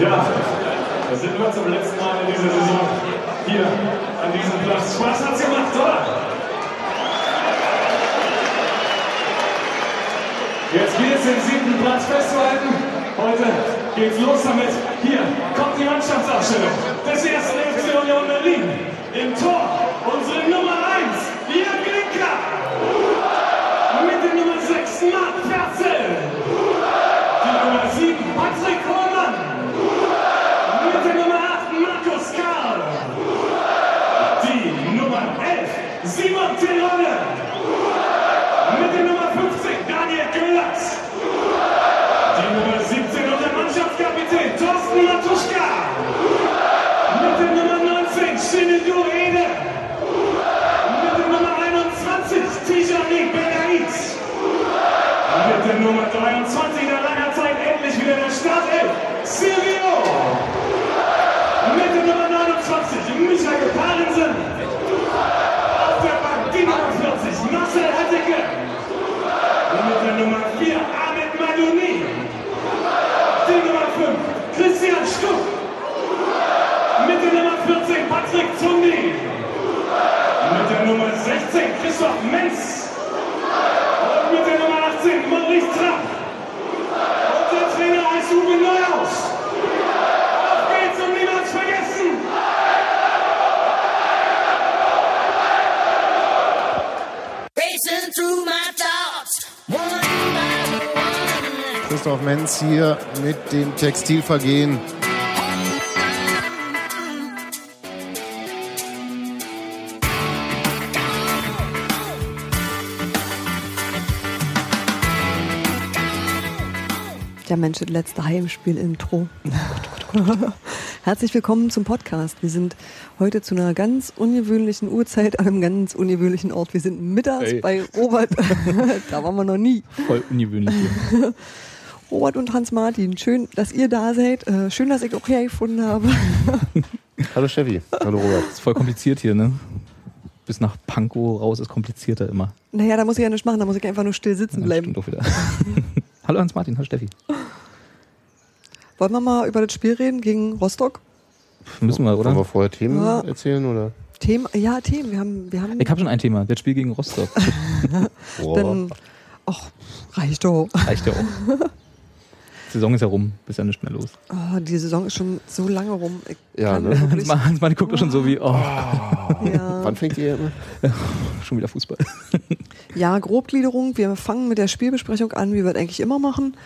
Ja, da sind wir zum letzten Mal in dieser Saison hier an diesem Platz. Spaß hat's gemacht, oder? Jetzt geht's den siebten Platz festzuhalten. Heute geht's los damit. Hier kommt die Mannschaftsausstellung des ersten FC Union Berlin. Im Tor unsere Nummer 1, Jörg Linker. Mit der Nummer 6, Marc Ferzel. Die Nummer 7, Patrick Hohmann. Mit der Nummer 8, Markus Karl. Die Nummer 11, Simon Terodde. Mit der Nummer 15, Daniel Köhlertz. Die Nummer 17 und der Mannschaftskapitän, Thorsten Matuschka. Mit der Nummer 19, Shinigyo Ede. Mit der Nummer 21, Tijani Benaiz. Mit der Nummer 23 nach langer Zeit endlich wieder in der Startelf, Silvio. Mit der Nummer 29, Michael Parensen. Auf der Bank die Nummer 40, Marcel Hatteke. Und mit der Nummer 4, Ahmed Maluni. Die Nummer 5, Christian Stuck. Mit der Nummer 14, Patrick Zundi. Mit der Nummer 16, Christoph Menz. Und mit der Nummer 18 Maurice Trapp. Unser Trainer heißt Uwe Neuhaus. Auf geht's und niemals vergessen. Racing through my thoughts, one by one. Christoph Menz hier mit dem Textilvergehen. Ja, Mensch, das letzte Heimspiel-Intro. Herzlich willkommen zum Podcast. Wir sind heute zu einer ganz ungewöhnlichen Uhrzeit an einem ganz ungewöhnlichen Ort. Wir sind mittags Ey. bei Robert. da waren wir noch nie. Voll ungewöhnlich hier. Robert und Hans-Martin, schön, dass ihr da seid. Äh, schön, dass ich auch hergefunden habe. Hallo Steffi. Hallo Robert. Ist voll kompliziert hier, ne? Bis nach Pankow raus ist komplizierter immer. Naja, da muss ich ja nichts machen, da muss ich einfach nur still sitzen Ja, bleiben. stimmt Doch wieder. hallo Hans-Martin, hallo Steffi. Wollen wir mal über das Spiel reden gegen Rostock? Müssen wir, Wollen wir oder? vorher Themen Ja. erzählen oder? Themen? Ja, Themen. Wir haben, wir haben Ich habe schon ein Thema. Das Spiel gegen Rostock. dann. Ach, reicht doch. Reicht ja auch. Die Saison ist ja rum. Ist ja nicht mehr los. Oh, die Saison ist schon so lange rum. Ich Ja, kann ne? wirklich- Hans-Ma- Hans-Martin guckt doch schon so wie, oh, Ja. Wann fängt ihr immer? schon wieder Fußball. Ja, Grobgliederung. Wir fangen mit der Spielbesprechung an, wie wir das eigentlich immer machen.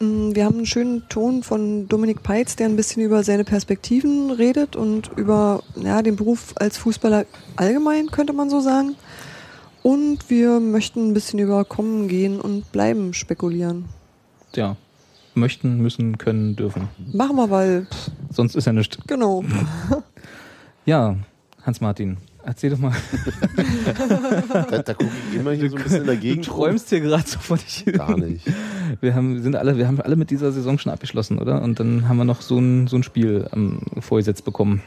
Mm, Wir haben einen schönen Ton von Dominik Peitz, der ein bisschen über seine Perspektiven redet und über ja, den Beruf als Fußballer allgemein, könnte man so sagen. Und wir möchten ein bisschen über Kommen, Gehen und Bleiben spekulieren. Ja. Möchten, müssen, können, dürfen. Machen wir, weil, pff, Sonst ist ja nichts. genau. Ja, Hans-Martin, erzähl doch mal. Da, da gucke ich immer hier so ein bisschen dagegen. Du träumst hier gerade so vor dich hin. Gar nicht. Wir haben, sind alle, wir haben alle mit dieser Saison schon abgeschlossen, oder? Und dann haben wir noch so ein, so ein Spiel ähm, vorgesetzt bekommen.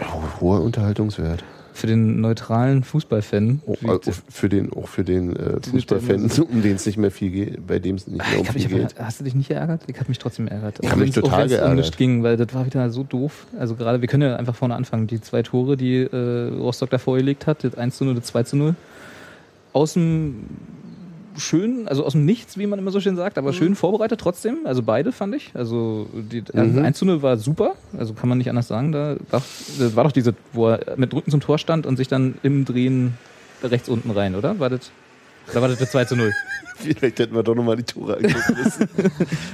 Ho- Hoher Unterhaltungswert. Für den neutralen Fußballfan. Oh, Wie- also für den, auch für den äh, Die- Fußballfan, um den es nicht mehr viel geht, bei dem es nicht mehr um ich hab mich, viel geht. aber- hast du dich nicht geärgert? Ich habe mich trotzdem geärgert. Ich hab mich Auch wenn's- auch total wenn's um geärgert. nichts ging, weil das war wieder so doof. Also gerade, wir können ja einfach vorne anfangen. Die zwei Tore, die äh, Rostock davor gelegt hat, das 1 zu 0, das 2 zu 0. Aus dem schön, also aus dem Nichts, wie man immer so schön sagt, aber schön vorbereitet trotzdem. Also beide fand ich. Also die Mhm. 1 zu 0 war super, also kann man nicht anders sagen. Da war, das war doch diese, wo er mit Rücken zum Tor stand und sich dann im Drehen rechts unten rein, oder? War das, da war das das 2 zu 0. Vielleicht hätten wir doch nochmal die Tore angucken müssen.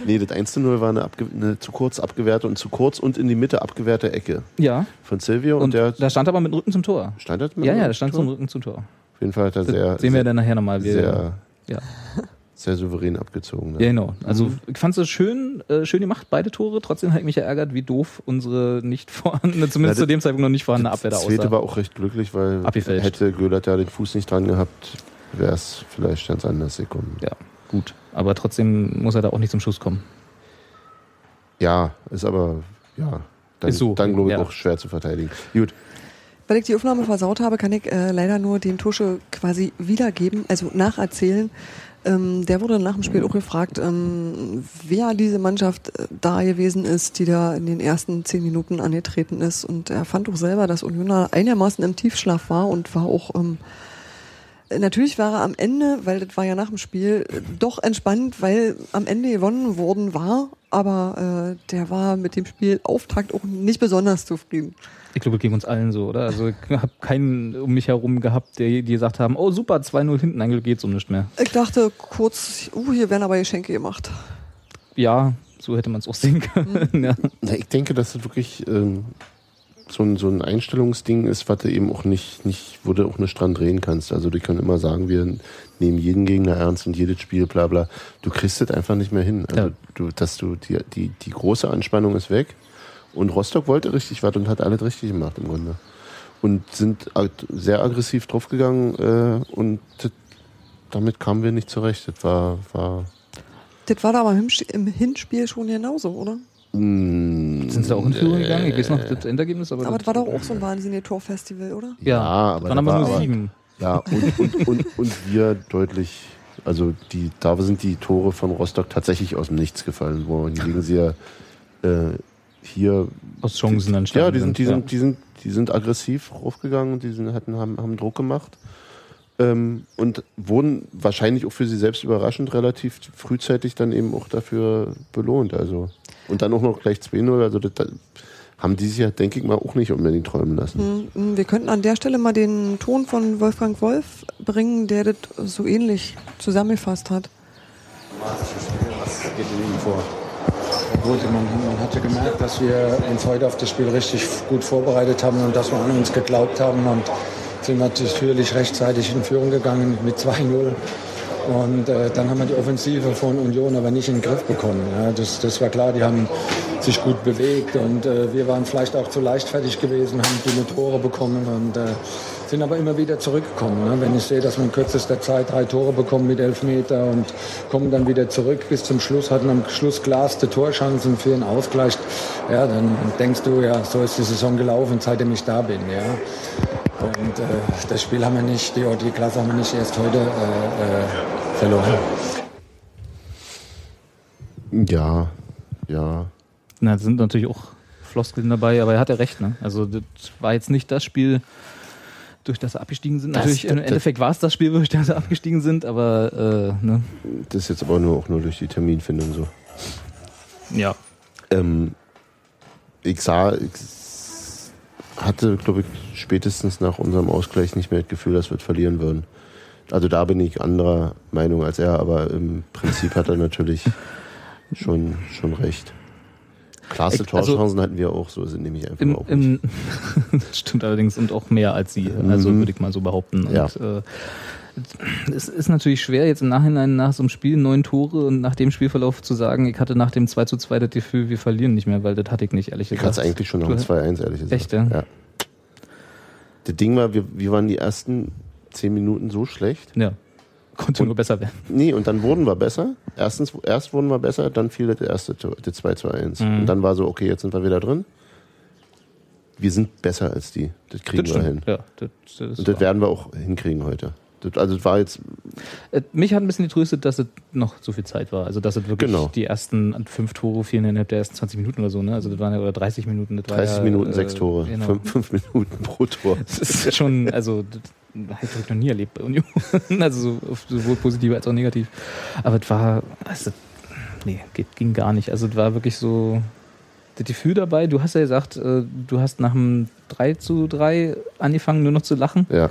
nee, das 1 zu 0 war eine, abge eine zu kurz abgewehrte und zu kurz und in die Mitte abgewehrte Ecke Ja, von Silvio und, und der da stand aber mit dem Rücken zum Tor. stand das Ja, ja, da stand Tor? zum Rücken zum Tor. Auf jeden Fall hat er Das sehr, sehen wir sehr, dann nachher nochmal. Wir, ja, sehr, ja, sehr souverän abgezogen. Ne? genau. Also ich fand es schön, äh, schön gemacht, beide Tore. Trotzdem hat mich ja ärgert, wie doof unsere nicht vorhandene, zumindest das- zu dem Zeitpunkt noch nicht vorhandene Abwehr da Das zweite aussah. war auch recht glücklich, weil Abgefälscht. hätte Göhlert da den Fuß nicht dran gehabt, wäre es vielleicht ganz anders gekommen. Ja, gut. Aber trotzdem muss er da auch nicht zum Schuss kommen. Ja, ist aber, ja, dann, Ist so. dann glaube ich Ja. auch schwer zu verteidigen. Gut, Weil ich die Aufnahme versaut habe, kann ich äh, leider nur den Tusche quasi wiedergeben, also nacherzählen. Ähm, der wurde nach dem Spiel auch gefragt, ähm, wer diese Mannschaft äh, da gewesen ist, die da in den ersten zehn Minuten angetreten ist. Und er fand auch selber, dass Unioner einigermaßen im Tiefschlaf war und war auch ähm, Natürlich war er am Ende, weil das war ja nach dem Spiel, äh, doch entspannt, weil am Ende gewonnen worden war. Aber äh, der war mit dem Spielauftakt auch nicht besonders zufrieden. Ich glaube, es ging uns allen so, oder? Also ich habe keinen um mich herum gehabt, der die gesagt haben, oh super, 2-0 hinten, eigentlich geht's um nichts mehr. Ich dachte kurz, uh, hier werden aber Geschenke gemacht. Ja, so hätte man es auch sehen können. Ja. Na, ich denke, dass das wirklich ähm, so, ein, so ein Einstellungsding ist, was du eben auch nicht, nicht, wo du auch nicht dran drehen kannst. Also die können immer sagen, wir nehmen jeden Gegner ernst und jedes Spiel, bla bla. Du kriegst das einfach nicht mehr hin. Also Ja. du, dass du, die, die, die große Anspannung ist weg. Und Rostock wollte richtig was und hat alles richtig gemacht im Grunde. Und sind ag- sehr aggressiv draufgegangen äh, und das, damit kamen wir nicht zurecht. Das war, war Das war da aber im Hinspie- im Hinspiel schon genauso, oder? mh, Sind sie da auch in Führung gegangen? Ich weiß noch das Endergebnis, aber, Aber das das- war doch auch so ein wahnsinniger Torfestival, oder? ja, Ja, aber aber das waren aber war nur aber- sieben. Ja, und, und, und, und wir deutlich, also die, da sind die Tore von Rostock tatsächlich aus dem Nichts gefallen, wohingegen sie ja äh, hier. Aus Chancen entstanden. Ja, die sind, die sind, ja. die sind, die sind aggressiv raufgegangen, die sind, hatten, haben, haben Druck gemacht. Ähm, und wurden wahrscheinlich auch für sie selbst überraschend relativ frühzeitig dann eben auch dafür belohnt. Also. Und dann auch noch gleich 2-0, also das, das haben die sich ja, denke ich mal, auch nicht unbedingt träumen lassen. Mhm, Wir könnten an der Stelle mal den Ton von Wolfgang Wolf bringen, der das so ähnlich zusammengefasst hat. Was geht in Ihnen vor? Gut, man, man hatte gemerkt, dass wir uns heute auf das Spiel richtig gut vorbereitet haben und dass wir an uns geglaubt haben und sind natürlich rechtzeitig in Führung gegangen mit 2-0. Und äh, dann haben wir die Offensive von Union aber nicht in den Griff bekommen. Ja, das, das war klar, die haben sich gut bewegt und äh, wir waren vielleicht auch zu leichtfertig gewesen, haben dünne Tore bekommen und äh, sind aber immer wieder zurückgekommen. Ne? Wenn ich sehe, dass wir in kürzester Zeit drei Tore bekommen mit Elfmeter und kommen dann wieder zurück bis zum Schluss, hatten am Schluss glaste Torchancen für einen Ausgleich, ja, dann denkst du, ja, so ist die Saison gelaufen, seitdem ich da bin. Ja? Und äh, das Spiel haben wir nicht, die, die Klasse haben wir nicht erst heute äh, äh, verloren. Ja, ja. Na, sind natürlich auch Floskeln dabei, aber er hat ja recht, ne? Also das war jetzt nicht das Spiel, durch das sie abgestiegen sind. natürlich, im das- Endeffekt war es das Spiel, durch das sie abgestiegen sind, aber äh, ne? Das ist jetzt aber nur auch nur durch die Terminfindung so. Ja. Ähm, ich sah, ich s- hatte, glaube ich, spätestens nach unserem Ausgleich nicht mehr das Gefühl, dass wir es verlieren würden. Also da bin ich anderer Meinung als er, aber im Prinzip hat er natürlich schon, schon recht. Klasse Ich- also- Torchancen hatten wir auch, so sind nämlich einfach Im, auch nicht. im stimmt allerdings und auch mehr als sie. Also würde ich mal so behaupten. Mhm. Ja. Und, äh, es ist natürlich schwer, jetzt im Nachhinein nach so einem Spiel neun Tore und nach dem Spielverlauf zu sagen, ich hatte nach dem 2 zu 2 das Gefühl, wir verlieren nicht mehr, weil das hatte ich nicht, ehrlich Ich hatte gesagt. es eigentlich schon nach dem Du- 2-1, ehrlich gesagt. Echt, ja? ja. Das Ding war, wir, wir waren die ersten zehn Minuten so schlecht, Ja. Konnte nur besser werden. Nee, und dann wurden wir besser. Erstens, erst wurden wir besser, dann fiel das erste Tor, das 2 zu 1. Mhm. Und dann war so, okay, jetzt sind wir wieder drin. Wir sind besser als die. Das kriegen Das wir hin. stimmt. Ja, das, das ist Und das wahr. werden wir auch hinkriegen heute. Das, also das war jetzt, Äh, Mich hat ein bisschen getröstet, dass es noch so viel Zeit war. Also, dass es wirklich Genau. die ersten fünf Tore fielen innerhalb der ersten 20 Minuten oder so, ne? Also, das waren ja, oder 30 Minuten. Das war 30 ja, Minuten, äh, sechs Tore. Genau. Fünf, fünf Minuten pro Tor. Das ist schon, also, das habe ich noch nie erlebt bei Union. Also, so- sowohl positiv als auch negativ. Aber es war, also, nee, geht, ging gar nicht. Also, es war wirklich so, das Gefühl dabei, du hast ja gesagt, äh, du hast nach dem 3 zu 3 angefangen, nur noch zu lachen. Ja.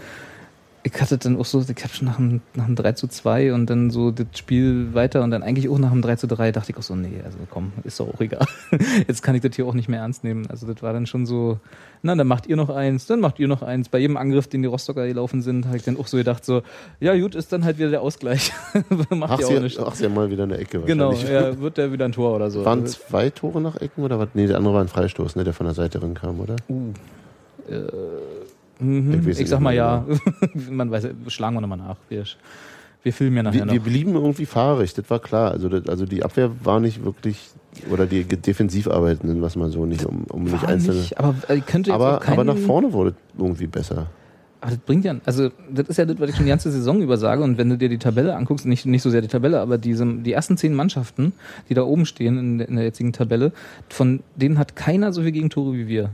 ich hatte dann auch so, ich habe schon nach dem, nach dem 3 zu 2 und dann so das Spiel weiter und dann eigentlich auch nach dem 3 zu 3 dachte ich auch so, nee, also komm, ist doch auch egal. Jetzt kann ich das hier auch nicht mehr ernst nehmen. Also das war dann schon so, na, dann macht ihr noch eins, dann macht ihr noch eins. Bei jedem Angriff, den die Rostocker gelaufen sind, habe ich dann auch so gedacht, so, ja gut, ist dann halt wieder der Ausgleich. Ach, macht ja auch sie, nicht. ach, sie haben mal wieder eine Ecke. Genau, wahrscheinlich. ja, wird der wieder ein Tor oder so. Waren Also, zwei Tore nach Ecken oder was? Nee, der andere war ein Freistoß, ne, der von der Seite rinkam, oder? Uh. Äh, mhm, weiß ich es sag nicht genau. mal mehr ja. Man weiß, ja, schlagen wir nochmal nach. Wir, wir filmen ja nachher Wir, wir noch. blieben irgendwie fahrig, das war klar. Also, das, also die Abwehr war nicht wirklich Oder die ge- defensiv arbeitenden, was man so nicht um, um nicht War einzelne. nicht, aber äh, könnte jetzt auch aber, keinen, aber nach vorne wurde irgendwie besser. Aber das bringt ja, also das ist ja das, was ich schon die ganze Saison über sage. Und wenn du dir die Tabelle anguckst, nicht, nicht so sehr die Tabelle, aber diese, die ersten zehn Mannschaften, die da oben stehen in, der- in der jetzigen Tabelle, von denen hat keiner so viele Gegentore wie wir.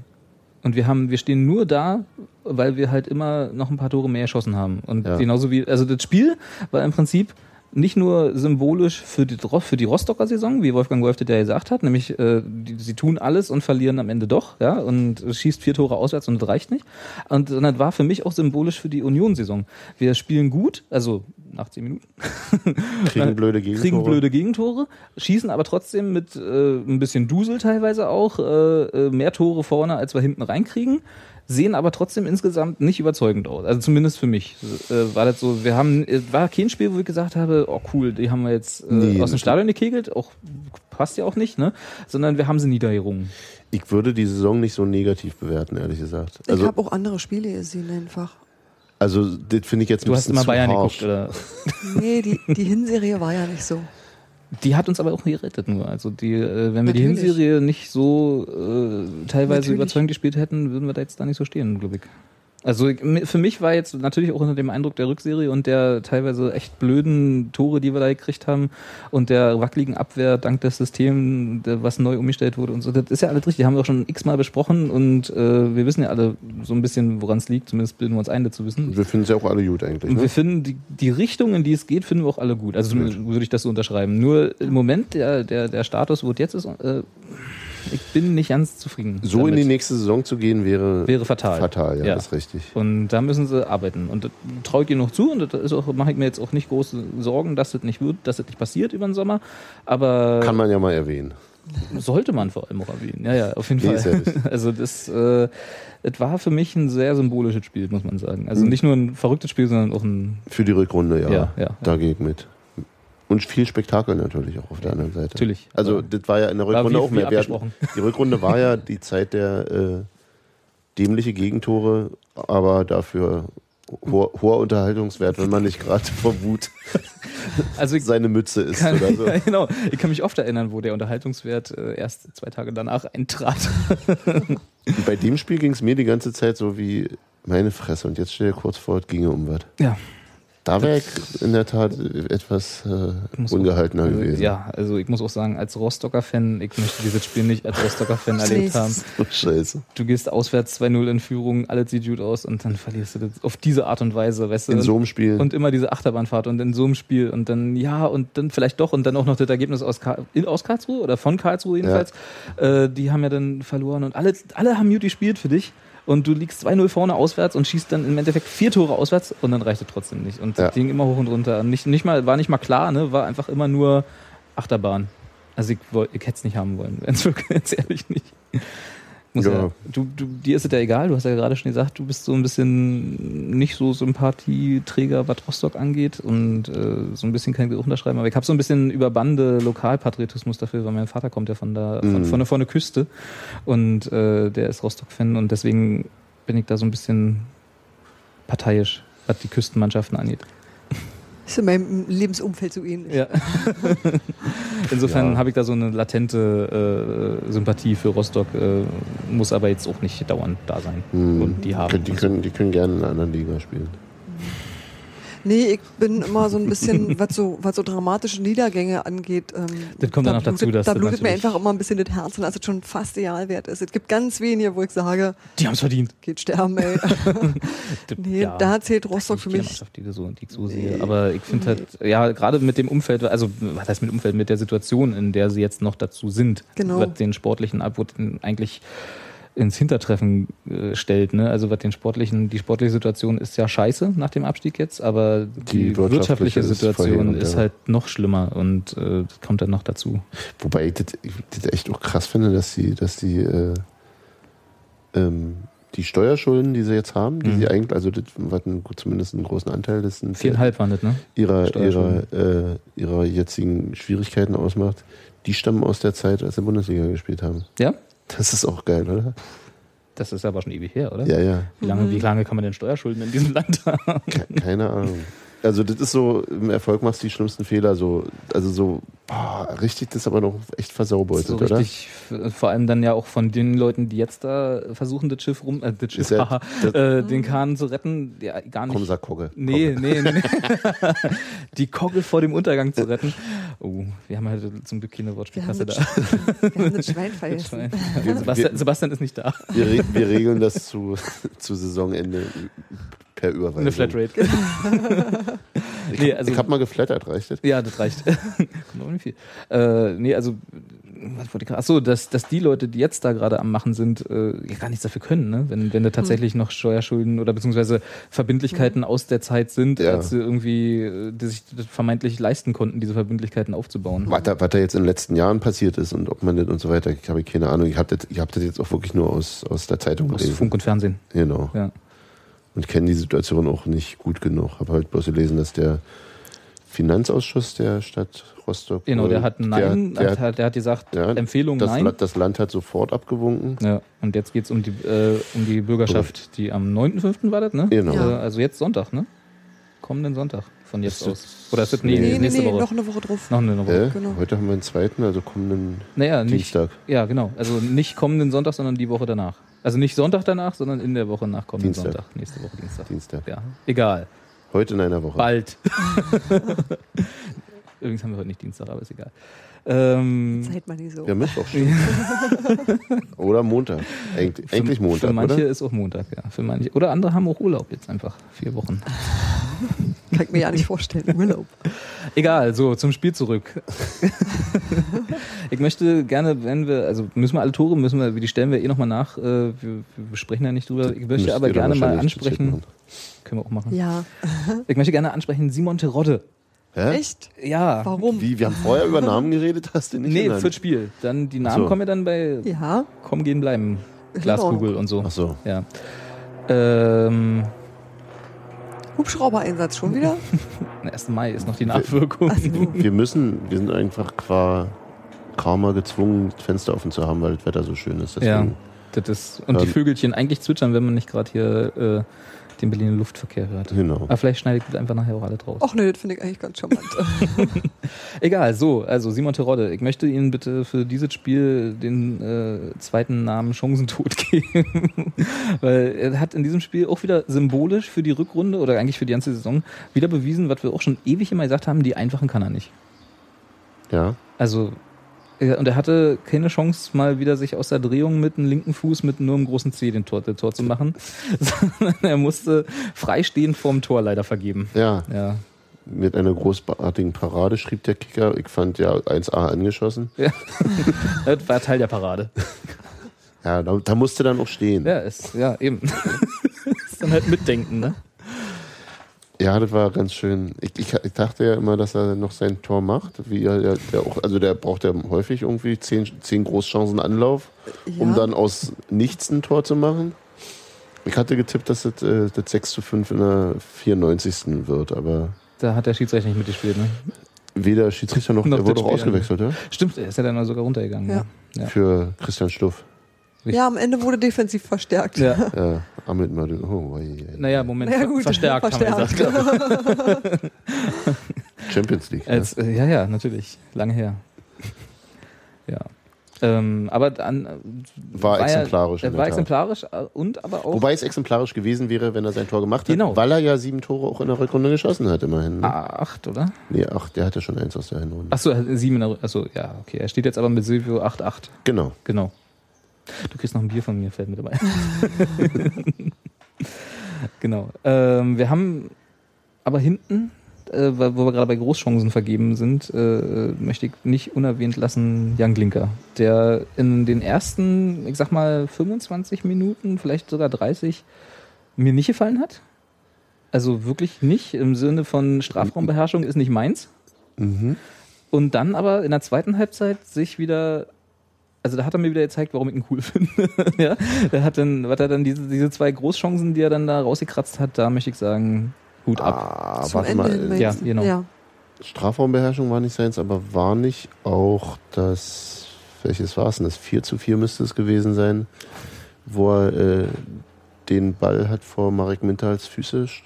Und wir haben, wir stehen nur da, weil wir halt immer noch ein paar Tore mehr geschossen haben. Und Ja. genauso wie, also das Spiel war im Prinzip nicht nur symbolisch für die, Dro- für die Rostocker Saison, wie Wolfgang Wolf das ja gesagt hat, nämlich äh, die, sie tun alles und verlieren am Ende doch, ja, und schießt vier Tore auswärts und das reicht nicht. Und sondern war für mich auch symbolisch für die Union-Saison. Wir spielen gut, also nach zehn Minuten, Kriegen blöde Gegentore. Äh, kriegen blöde Gegentore, schießen aber trotzdem mit äh, ein bisschen Dusel teilweise auch äh, äh, mehr Tore vorne, als wir hinten reinkriegen, sehen aber trotzdem insgesamt nicht überzeugend aus. Also zumindest für mich äh, war das so. Wir haben, äh, war kein Spiel, wo ich gesagt habe, oh cool, die haben wir jetzt äh, Nee. aus dem Stadion gekegelt, auch passt ja auch nicht, ne? Sondern wir haben sie niedergerungen. Ich würde die Saison nicht so negativ bewerten, ehrlich gesagt. ich Also, habe auch andere Spiele gesehen einfach. also das finde ich jetzt ein Du hast bisschen immer zu Bayern harsch. geguckt, oder? Nee, die, die Hinserie war ja nicht so. Die hat uns aber auch gerettet nur. Also die, äh, wenn wir die Natürlich. Hinserie nicht so äh, teilweise Natürlich. überzeugend gespielt hätten, würden wir da jetzt da nicht so stehen, glaube ich. Also ich- mi- für mich war jetzt natürlich auch unter dem Eindruck der Rückserie und der teilweise echt blöden Tore, die wir da gekriegt haben und der wackeligen Abwehr dank des Systems, der- was neu umgestellt wurde und so. Das ist ja alles richtig, haben wir auch schon x-mal besprochen und äh, wir wissen ja alle so ein bisschen, woran es liegt. Zumindest bilden wir uns ein, das zu wissen. Und Wir finden es ja auch alle gut eigentlich. Und Ne? wir finden die, die Richtung, in die es geht, finden wir auch alle gut. Also zumindest würde ich das so unterschreiben. Nur im Moment, der, der, der Status, wo es jetzt ist, äh, ich bin nicht ganz zufrieden. So in damit. die nächste Saison zu gehen wäre, Wäre fatal. fatal, ja, Ja. das ist richtig. Und da müssen sie arbeiten. Und das traue ich ihnen noch zu. Und das ist auch, mache ich mir jetzt auch nicht große Sorgen, dass das nicht wird, dass das nicht passiert über den Sommer. Aber Kann man ja mal erwähnen. sollte man vor allem auch erwähnen. Ja, ja, auf jeden Nee, ist ja Fall. nicht. Also das, äh, das war für mich ein sehr symbolisches Spiel, muss man sagen. Mhm. Also nicht nur ein verrücktes Spiel, sondern auch ein, Für die Rückrunde, ja. Ja, ja. Da gehe ich mit. Und viel Spektakel natürlich auch auf der anderen Seite. Natürlich. Also, Aber- das war ja in der War Rückrunde wie- auch wie mehr. Wir hatten, abgesprochen. die Rückrunde war ja die Zeit der äh, dämliche Gegentore, aber dafür hoher, hoher Unterhaltungswert, wenn man nicht gerade vor Wut also ich seine Mütze ist kann, oder so. ja, genau. Ich kann mich oft erinnern, wo der Unterhaltungswert äh, erst zwei Tage danach eintrat. Und bei dem Spiel ging es mir die ganze Zeit so wie meine Fresse. Und jetzt stell dir kurz vor, es ginge um was. Ja, Da wäre ich in der Tat etwas äh, muss- ungehaltener also, gewesen. ja, also ich muss auch sagen, als Rostocker-Fan, ich möchte dieses Spiel nicht als Rostocker-Fan erlebt haben. Oh, scheiße. Du gehst auswärts 2-0 in Führung, alles sieht gut aus und dann verlierst du das auf diese Art und Weise, weißt du? In Und- so einem Spiel. Und immer diese Achterbahnfahrt und in so einem Spiel und dann ja und dann vielleicht doch und dann auch noch das Ergebnis aus, Ka in, aus Karlsruhe oder von Karlsruhe jedenfalls. Äh, die haben ja dann verloren und alle, alle haben gut gespielt für dich. Und du liegst 2-0 vorne auswärts und schießt dann im Endeffekt vier Tore auswärts und dann reicht es trotzdem nicht. Und Ja. das ging immer hoch und runter. Nicht, nicht mal, war nicht mal klar, ne? war einfach immer nur Achterbahn. Also ich, woll- ich hätte es nicht haben wollen, ganz ehrlich nicht. Muss Ja. ja. du, du, dir ist es ja egal, du hast ja gerade schon gesagt, du bist so ein bisschen nicht so Sympathieträger, was Rostock angeht. Und äh, so ein bisschen kann ich das auch unterschreiben. Aber ich habe so ein bisschen über Bande Lokalpatriotismus dafür, weil mein Vater kommt ja von da, von, von, der, von der Küste. Und äh, der ist Rostock-Fan und deswegen bin ich da so ein bisschen parteiisch, was die Küstenmannschaften angeht. Ist in meinem Lebensumfeld so ähnlich. Ja. Insofern Ja. habe ich da so eine latente äh, Sympathie für Rostock, äh, muss aber jetzt auch nicht dauernd da sein. Hm. Und die haben. Können- Die können, die können gerne in einer anderen Liga spielen. Nee, ich bin immer so ein bisschen, was so, was so dramatische Niedergänge angeht. Ähm, Das kommt dann noch dazu, blutet, dass Da das blutet mir natürlich- einfach immer ein bisschen das Herz und dass es schon fast ideal wert ist. Es gibt ganz wenige, wo ich sage, die haben es verdient. geht sterben, ey. nee, Ja. da zählt Rostock Nicht für jede mich. Mannschaft, die, du so, die ich so sehe. Aber ich finde halt, ja, gerade mit dem Umfeld, also was heißt mit Umfeld, mit der Situation, in der sie jetzt noch dazu sind, Genau. was den sportlichen Abwurf eigentlich ins Hintertreffen äh, stellt. Ne? Also was den sportlichen, die sportliche Situation ist ja scheiße nach dem Abstieg jetzt, aber die, Die wirtschaftliche wirtschaftliche, ist Situation verheerend, ist, ja. halt noch schlimmer und äh, das kommt dann noch dazu. Wobei ich das, ich das echt auch krass finde, dass die, dass die, äh, ähm, die Steuerschulden, die sie jetzt haben, die Mhm. sie eigentlich, also das hat einen, zumindest einen großen Anteil des Viereinhalb waren das, ne? ihrer, Steuerschulden. ihrer, äh, ihrer jetzigen Schwierigkeiten ausmacht, die stammen aus der Zeit, als sie Bundesliga gespielt haben. Ja? Das ist auch geil, oder? Das ist aber schon ewig her, oder? Ja, ja. Mhm. Wie, lange, wie lange kann man denn Steuerschulden in diesem Land haben? Ke- Keine Ahnung. Also das ist so, im Erfolg machst du die schlimmsten Fehler. So, also so, boah, richtig das aber noch echt versaubeutelt, So oder? richtig, f- vor allem dann ja auch von den Leuten, die jetzt da versuchen, das Schiff rum, äh, das Schiff, Ist ja- haha, das- äh, den Kahn zu retten, ja, gar nicht. Komm, sag Kogge. Nee, nee, nee. Die Kogge vor dem Untergang zu retten. Oh, wir haben halt zum Glück Wir keine haben, Wortspielkasse da. das, wir haben das Schwein vergessen. Sebastian, Sebastian ist nicht da. Komm. Wir, re wir regeln das zu, zu Saisonende per Überweisung. Eine Flatrate. nee, also, ich hab mal geflattert, reicht das? ja, das reicht. Kommt auch nicht viel. Äh, nee, also, was wollte ich gerade? Achso, dass, dass die Leute, die jetzt da gerade am Machen sind, äh, ja gar nichts dafür können, ne? Wenn, wenn da tatsächlich noch Steuerschulden oder beziehungsweise Verbindlichkeiten aus der Zeit sind, Ja. als sie irgendwie, äh, die sich das vermeintlich leisten konnten, diese Verbindlichkeiten aufzubauen. Was da, was da jetzt in den letzten Jahren passiert ist und ob man das und so weiter, ich habe keine Ahnung. Ich habe das, ich hab das jetzt auch wirklich nur aus, aus der Zeitung Aus gelesen. Funk und Fernsehen. Genau. Ja. Und kenne die Situation auch nicht gut genug. Habe halt bloß gelesen, dass der Finanzausschuss der Stadt Rostock. Genau, der äh, hat Nein, der- der hat, der hat gesagt, ja, Empfehlung das, Nein. La- Das Land hat sofort abgewunken. Ja, und jetzt geht's um die, äh, um die Bürgerschaft, die am 9.5. war das, ne? Genau. Äh, Ja. also jetzt Sonntag, ne? Kommenden Sonntag von jetzt Ist das- aus. Oder ist das nee, Nee, nee, nächste nee, Woche? noch eine Woche drauf. Noch eine Woche. Äh? Genau. Heute haben wir den zweiten, also kommenden Naja, nicht, Dienstag. ja, genau. Also nicht kommenden Sonntag, sondern die Woche danach. Also nicht Sonntag danach, sondern in der Woche nach kommenden Dienstag. Sonntag. Nächste Woche Dienstag. Dienstag. Ja, egal. Heute in einer Woche. Bald. Übrigens haben wir heute nicht Dienstag, aber ist egal. Ähm, Zeit mal nicht so. Ja, Mittwoch schon. oder Montag. Eig Für- eigentlich Montag, Für manche oder? ist auch Montag, ja. Für manche. Oder andere haben auch Urlaub jetzt einfach. Vier Wochen. Kann ich mir ja nicht vorstellen. Urlaub. Egal, so, zum Spiel zurück. ich möchte gerne, wenn wir, also müssen wir alle Tore, müssen wir, die stellen wir eh nochmal nach. äh, Wir, wir besprechen ja nicht drüber. Ich Müsst möchte aber ihr dann gerne mal wahrscheinlich zu zweit ansprechen. machen. Können wir auch machen. Ja. Ich möchte gerne ansprechen, Simon Terodde. Hä? Echt? Ja. Warum? Wie, wir haben vorher über Namen geredet, hast du nicht Nee, genannt? fürs Spiel. Dann die Namen so. kommen ja dann bei Ja. Komm, gehen, bleiben. Glaskugel und so. Ach so. Ja. Ähm, Hubschrauber-Einsatz schon wieder? am 1. Mai ist noch die Nachwirkung. Wir müssen, wir sind einfach qua Karma gezwungen, das Fenster offen zu haben, weil das Wetter so schön ist. Ja, Deswegen das ist, und die Ähm. Vögelchen eigentlich zwitschern, wenn man nicht gerade hier äh, den Berliner Luftverkehr hört. Genau. Aber vielleicht schneide ich das einfach nachher auch alle draus. Och nee, das finde ich eigentlich ganz charmant. Egal, so, also Simon Terodde, ich möchte Ihnen bitte für dieses Spiel den äh, zweiten Namen Chancentod geben, weil er hat in diesem Spiel auch wieder symbolisch für die Rückrunde oder eigentlich für die ganze Saison wieder bewiesen, was wir auch schon ewig immer gesagt haben, die einfachen kann er nicht. Ja. Also, ja, und er hatte keine Chance, mal wieder sich aus der Drehung mit dem linken Fuß mit nur einem großen C den Tor, das Tor zu machen, sondern er musste freistehend vorm Tor leider vergeben. Ja, Ja, mit einer großartigen Parade schrieb der Kicker. Ich fand ja 1A angeschossen. das war Teil der Parade. Ja, da, da musste dann auch stehen. Ja. Ja, ist, ja, eben. ist dann halt mitdenken, ne? das war ganz schön. Ich, ich, ich dachte ja immer, dass er noch sein Tor macht. Wie er, ja- der auch, also der braucht ja häufig irgendwie zehn, zehn Großchancen Anlauf, um Ja. dann aus nichts ein Tor zu machen. Ich hatte getippt, dass das, äh, das 6 zu 5 in der 94. wird, aber Da hat der Schiedsrichter nicht mitgespielt, ne? weder Schiedsrichter noch, Noch der wurde das auch Spiel. ausgewechselt, oder? Stimmt, er ist ja dann sogar runtergegangen. ne? Ja. Für Christian Stuff. ja, am Ende wurde defensiv verstärkt. Ja. Ja, Ahmed Madou. Oh, wei, wei. Naja, Moment, Na ja, gut, verstärkt, haben wir verstärkt. gesagt. Champions League. Als, äh, ja, ja, natürlich. Lange her. ja. Ähm, aber dann äh, ne? War ja- exemplarisch. in Er der war Tat. exemplarisch äh, und aber auch Wobei es exemplarisch gewesen wäre, wenn er sein Tor gemacht hätte, Genau. Ah, weil er ja sieben Tore auch in der Rückrunde geschossen hat, immerhin. Ne? acht, oder? Nee, ach, der hatte schon eins aus der Hinrunde. Achso, er hat sieben in der Rü- Achso, ja, okay. Er steht jetzt aber mit Silvio 8-8. Genau. Genau. Du kriegst noch ein Bier von mir, fällt mir dabei. genau. Ähm, wir haben aber hinten, äh, weil- wo wir gerade bei Großchancen vergeben sind, äh, möchte ich nicht unerwähnt lassen Jan Glinker, der in den ersten, ich sag mal, 25 Minuten, vielleicht sogar 30, mir nicht gefallen hat. Also wirklich nicht. Im Sinne von Strafraumbeherrschung ist nicht meins. Und dann aber in der zweiten Halbzeit sich wieder also da hat er mir wieder gezeigt, warum ich ihn cool finde. ja, der hat dann, was er dann diese, diese zwei Großchancen, die er dann da rausgekratzt hat, da möchte ich sagen, Hut ab. Ah, Zum warte Ende hin mal. meinst ja, du? genau. Ja. Strafraumbeherrschung war nicht seins, aber war nicht auch das, welches war es denn? Das 4 zu 4 müsste es gewesen sein, wo er äh, den Ball hat vor Marek Mintals Füße sch-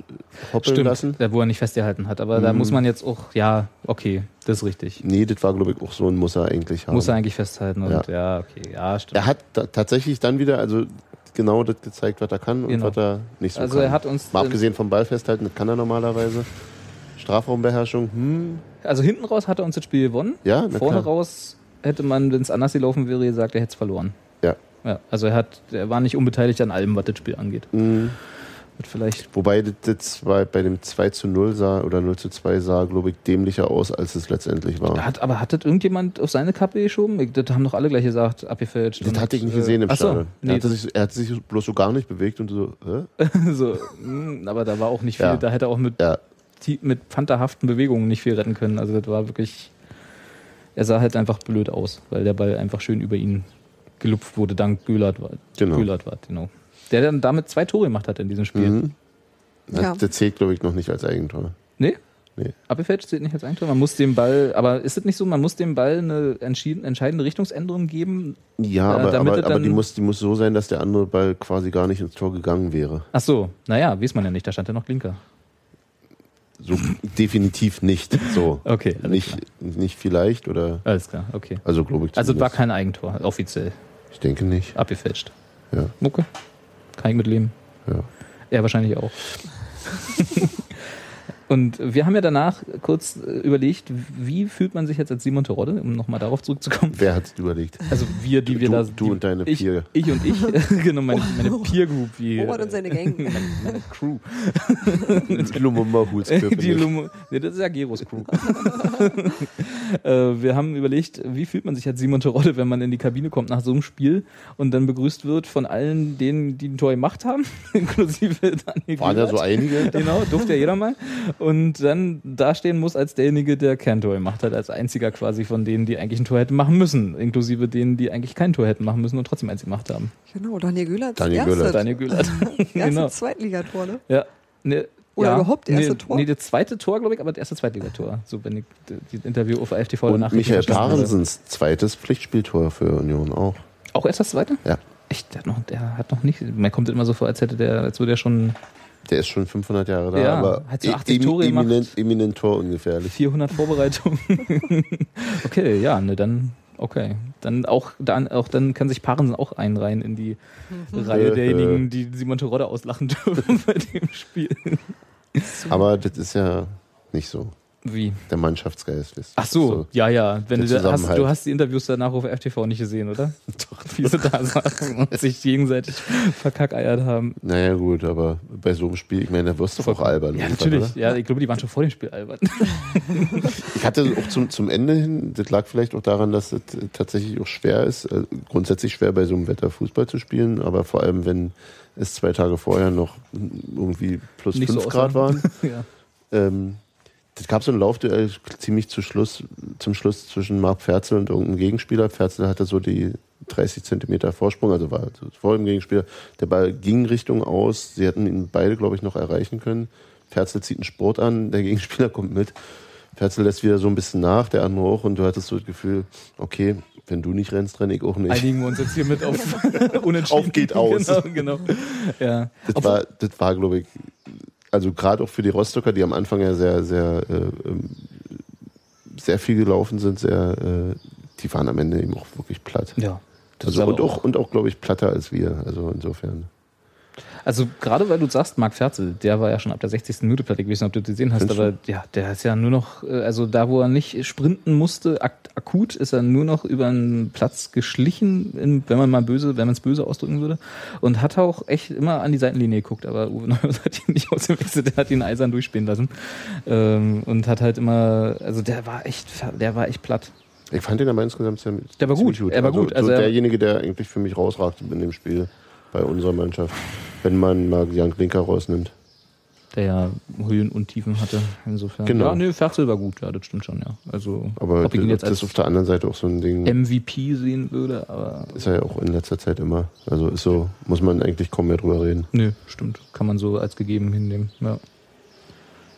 hoppeln Stimmt, lassen. Mhm. da wo er nicht festgehalten hat. Aber da muss man jetzt auch, ja, okay, das ist richtig. Nee, das war, glaube ich, auch so ein Muss er eigentlich haben. Muss er eigentlich festhalten. Und ja, Ja. okay, ja, stimmt. er hat ta- tatsächlich dann wieder, also genau das gezeigt, was er kann und Genau. was er nicht so also kann. er hat uns, Mal abgesehen vom Ball festhalten, das kann er normalerweise. Strafraumbeherrschung, hm, also hinten raus hat er uns das Spiel gewonnen. ja, na Vorne klar. raus hätte man, wenn es anders gelaufen wäre, gesagt, er hätte es verloren. Ja. ja. Also er hat, er war nicht unbeteiligt an allem, was das Spiel angeht. Hm. Hat vielleicht, Wobei das jetzt bei, bei dem 2 zu 0 sah oder 0 zu 2 sah, glaube ich, dämlicher aus, als es letztendlich war. hat, aber hat das irgendjemand auf seine Kappe geschoben? Ich, das haben doch alle gleich gesagt, abgefälscht. Das und, hatte ich nicht äh, gesehen im ach so, Stadion. Nee, Er, hatte sich, er hat sich bloß so gar nicht bewegt und so, hä? so, mm, aber da war auch nicht viel, Ja. da hätte er auch mit, Ja. ti- mit pantherhaften Bewegungen nicht viel retten können. Also das war wirklich, er sah halt einfach blöd aus, weil der Ball einfach schön über ihn gelupft wurde, dank Gülert war. Genau. Gülert war, genau. Der dann damit zwei Tore gemacht hat in diesem Spiel. Mhm. Das, Ja. das zählt, glaube ich, noch nicht als Eigentor. Nee? Nee. Abgefälscht zählt nicht als Eigentor. Man muss dem Ball, aber ist es nicht so, man muss dem Ball eine entschieden, entscheidende Richtungsänderung geben? Ja, Ja, aber, damit aber, er aber dann- die, muss, die muss so sein, dass der andere Ball quasi gar nicht ins Tor gegangen wäre. Ach so, naja, weiß man ja nicht, da stand ja noch Linker. So definitiv nicht. So. Okay, alles klar. Nicht, nicht vielleicht oder. Alles klar, okay. Also, glaube ich. Also es war zumindest. kein Eigentor, offiziell. Ich denke nicht. Abgefälscht. Ja. Okay. Kann ich mitleben. Ja. Er wahrscheinlich auch. Und wir haben ja danach kurz äh, überlegt, wie fühlt man sich jetzt als Simon Terodde, um nochmal darauf zurückzukommen. Wer hat es überlegt? Also wir, die wir Du- da du die, und deine ich, Peer. Ich und ich, genau, meine, meine Peer Group. Wie, Robert und seine Gang. meine, meine Crew. Lumumba Hulskirchen. die Lumo nee, das ist ja Geros Crew. äh, wir haben überlegt, wie fühlt man sich als Simon Terodde, wenn man in die Kabine kommt nach so einem Spiel und dann begrüßt wird von allen denen, die ein Tor gemacht haben, inklusive Daniel Waren da Gilbert. so einige? Genau, durfte ja jeder mal. Und dann dastehen muss als derjenige, der kein Tor gemacht hat, als einziger quasi von denen, die eigentlich ein Tor hätten machen müssen, inklusive denen, die eigentlich kein Tor hätten machen müssen und trotzdem eins gemacht haben. Genau, Daniel Gülert. Daniel erste, Gülert. Daniel Gülert. Erste genau. Zweitligator, ne? Ja. Ne, Oder ja. überhaupt erste nee, Tor? Nee, das zweite Tor, glaube ich, aber das erste Zweitligator. So, wenn ich d- die Interview auf AfTV Und Nachrichten Michael verstanden habe. Pahrensens zweites Pflichtspieltor für Union auch. Auch erst das zweite? Ja. Echt, der hat, noch, der hat noch nicht. Man kommt immer so vor, als hätte der, als würde der schon Der ist schon 500 Jahre da, Ja, aber e- hat so 80 Tore gemacht. eminent, eminent Tor ungefährlich. 400 Vorbereitungen. okay, ja, ne, dann. Okay, dann auch dann auch dann kann sich Parensen auch einreihen in die Mhm. Reihe Äh, derjenigen, die Simon Terodde auslachen dürfen bei dem Spiel. Aber das ist ja nicht so. Wie? Der Mannschaftsgeist ist. Ach so, ja, ja. Wenn du, Der da- hast, Zusammenhalt. du hast die Interviews danach auf FTV nicht gesehen, oder? Doch, wie sie da saßen und sich gegenseitig verkackeiert haben. Naja, gut, aber bei so einem Spiel, ich meine, da wirst du auch albern. Ja, irgendwann, natürlich. Also oder? Ja, ich glaube, die waren schon vor dem Spiel albern. Ich hatte auch zum, zum Ende hin, das lag vielleicht auch daran, dass es tatsächlich auch schwer ist, äh, grundsätzlich schwer bei so einem Wetter Fußball zu spielen, aber vor allem, wenn es zwei Tage vorher noch irgendwie plus Nicht so 5 Grad aussah. waren. ja. Ähm, das gab so ein Laufduell ziemlich zu Schluss, zum Schluss zwischen Marc Pferzel und irgendeinem Gegenspieler. Pferzel hatte so die 30 Zentimeter Vorsprung, also war so vor dem Gegenspieler. Der Ball ging Richtung aus. Sie hätten ihn beide, glaube ich, noch erreichen können. Pferzel zieht einen Sport an, der Gegenspieler kommt mit. Pferzel lässt wieder so ein bisschen nach, der andere auch. Und du hattest so das Gefühl, okay, wenn du nicht rennst, renne ich auch nicht. Einigen wir uns jetzt hier mit auf unentschieden. Auf geht aus. Genau, genau. Ja. Das Obwohl- war, das war, glaube ich, also gerade auch für die Rostocker, die am Anfang ja sehr, sehr, äh, ähm, sehr viel gelaufen sind, sehr, äh, die waren am Ende eben auch wirklich platt. Ja. Das ist also, aber und auch, und auch glaube ich, platter als wir. Also insofern. Also gerade weil du sagst, Marc Ferzel, der war ja schon ab der 60. Minute platt gewesen, ob du das gesehen hast, Findest aber ja, der ist ja nur noch, äh, also da wo er nicht sprinten musste, ak akut ist er nur noch über einen Platz geschlichen, in, wenn man mal böse, wenn man es böse ausdrücken würde, und hat auch echt immer an die Seitenlinie geguckt, aber Uwe Neuhaus hat ihn nicht ausgewechselt, der hat ihn eisern durchspielen lassen ähm, und hat halt immer, also der war echt, ver- der war echt platt. Ich fand den aber insgesamt sehr ziemlich Der war gut, er war also, gut. Also so er- derjenige, der eigentlich für mich rausragte in dem Spiel bei unserer Mannschaft, wenn man mal Jan Linker rausnimmt. der ja Höhen und Tiefen hatte. Insofern. Genau. Ja, nee, Ferzel war gut, ja, das stimmt schon, ja. Also, Aber ob ich ihn das jetzt ist als auf der anderen Seite auch so ein Ding. MVP sehen würde, aber. ist er ja auch in letzter Zeit immer. Also ist so, muss man eigentlich kaum mehr drüber reden. Nö, stimmt. Kann man so als gegeben hinnehmen, ja.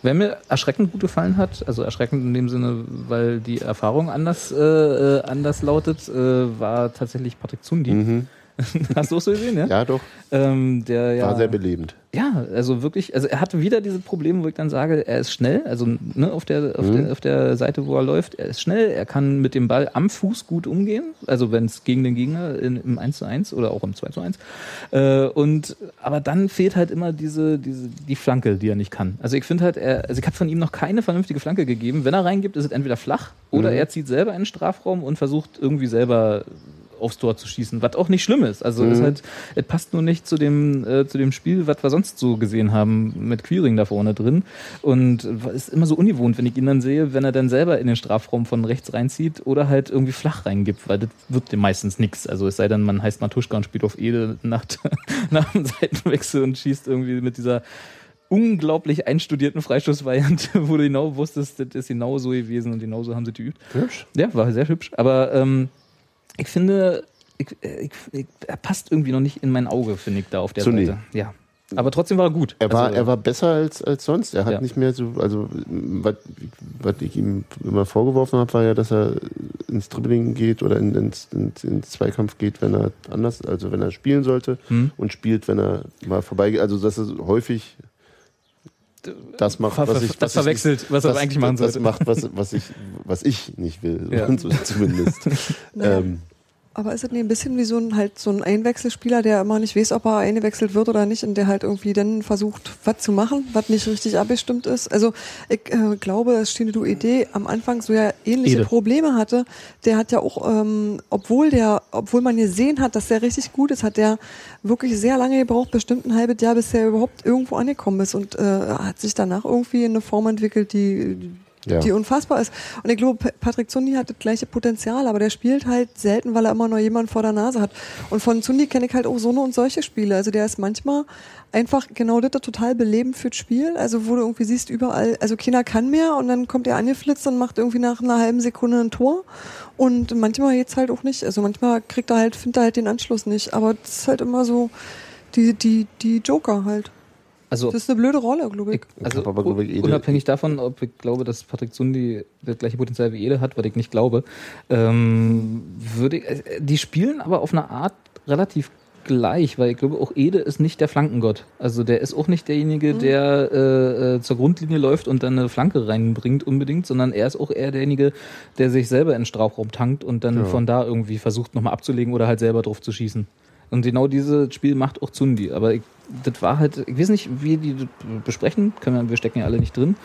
Wer mir erschreckend gut gefallen hat, also erschreckend in dem Sinne, weil die Erfahrung anders, äh, äh, anders lautet, äh, war tatsächlich Patrick Zundi. Hast du auch so gesehen, ja? Mhm. Ja, doch. Ähm, der, ja War sehr belebend. ja, also wirklich, also er hatte wieder diese Probleme, wo ich dann sage, er ist schnell, also ne, auf, der, auf, der, auf der Seite, wo er läuft, er ist schnell, er kann mit dem Ball am Fuß gut umgehen, also wenn es gegen den Gegner in, im 1 zu 1 oder auch im 2 zu 1. Äh, und, aber dann fehlt halt immer diese, diese, die Flanke, die er nicht kann. Also ich finde halt, er, also ich habe von ihm noch keine vernünftige Flanke gegeben. Wenn er reingibt, ist es entweder flach oder er zieht selber einen Strafraum und versucht irgendwie selber aufs Tor zu schießen, was auch nicht schlimm ist. Also es, halt, es passt nur nicht zu dem, äh, zu dem Spiel, was wir sonst so gesehen haben, mit Queering da vorne drin. Und äh, ist immer so ungewohnt, wenn ich ihn dann sehe, wenn er dann selber in den Strafraum von rechts reinzieht oder halt irgendwie flach reingibt, weil das wird dem meistens nichts. Also es sei denn, man heißt Matuschka und spielt auf Ede nach, nach dem Seitenwechsel und schießt irgendwie mit dieser unglaublich einstudierten Freistoßvariante, wo du genau wusstest, das ist genau so gewesen und genau so haben sie die geübt. Hübsch. Ja, war sehr hübsch. Aber ähm, ich finde, ich, äh, ich, ich, er passt irgendwie noch nicht in mein Auge, finde ich, da auf der Zunächst. Seite. Ja. Aber trotzdem war er gut. Er war, Also, er war besser als, als sonst. Er hat Ja. nicht mehr so, also was was ich ihm immer vorgeworfen habe, war ja, dass er ins Dribbling geht oder in, ins, ins, ins Zweikampf geht, wenn er anders, also wenn er spielen sollte Hm. und spielt, wenn er mal vorbeigeht. Also dass er häufig das macht, Ver- was ver- ich das was ich verwechselt, nicht- was er eigentlich machen das sollte. macht, was, was ich was ich nicht will, Ja. so, zumindest. ähm, Aber ist das nicht ein bisschen wie so ein, halt so ein Einwechselspieler, der immer nicht weiß, ob er eingewechselt wird oder nicht und der halt irgendwie dann versucht, was zu machen, was nicht richtig abgestimmt ist? Also ich äh, glaube, dass Shinadu Idee am Anfang so ja ähnliche Ede. Probleme hatte. Der hat ja auch, ähm, obwohl der, obwohl man gesehen hat, dass der richtig gut ist, hat der wirklich sehr lange gebraucht, bestimmt ein halbes Jahr, bis der überhaupt irgendwo angekommen ist und äh, hat sich danach irgendwie in eine Form entwickelt, die Ja. die unfassbar ist. Und ich glaube, Pa- Patrick Zundi hat das gleiche Potenzial, aber der spielt halt selten, weil er immer nur jemanden vor der Nase hat. Und von Zundi kenne ich halt auch so eine und solche Spiele. Also der ist manchmal einfach genau das total belebend fürs Spiel. Also wo du irgendwie siehst, überall, also keiner kann mehr und dann kommt er angeflitzt und macht irgendwie nach einer halben Sekunde ein Tor. Und manchmal geht's halt auch nicht. Also manchmal kriegt er halt, findet er halt den Anschluss nicht. Aber das ist halt immer so die, die, die Joker halt. also, Das ist eine blöde Rolle, glaube ich. also hab aber, glaub ich, Ede- unabhängig davon, ob ich glaube, dass Patrick Zundi das gleiche Potenzial wie Ede hat, was ich nicht glaube, ähm, würde ich, äh, die spielen aber auf eine Art relativ gleich, weil ich glaube, auch Ede ist nicht der Flankengott. Also der ist auch nicht derjenige, der äh, äh, zur Grundlinie läuft und dann eine Flanke reinbringt unbedingt, sondern er ist auch eher derjenige, der sich selber in den Strafraum tankt und dann von da irgendwie versucht nochmal abzulegen oder halt selber drauf zu schießen. Und genau dieses Spiel macht auch Zundi. Aber ich, das war halt, ich weiß nicht, wie die das besprechen, können wir, wir stecken ja alle nicht drin,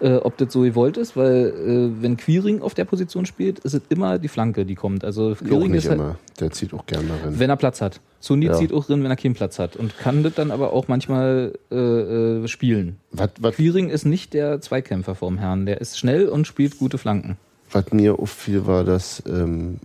äh, ob das so gewollt ist, weil äh, wenn Quiring auf der Position spielt, ist es immer die Flanke, die kommt. Also auch Quiring nicht ist halt, immer. Der zieht auch gerne darin. wenn er Platz hat. Zundi Ja. zieht auch drin, wenn er keinen Platz hat. Und kann das dann aber auch manchmal äh, äh, spielen. was, was, Quiring ist nicht der Zweikämpfer vom Herrn. Der ist schnell und spielt gute Flanken. was mir auffiel, war, dass ähm,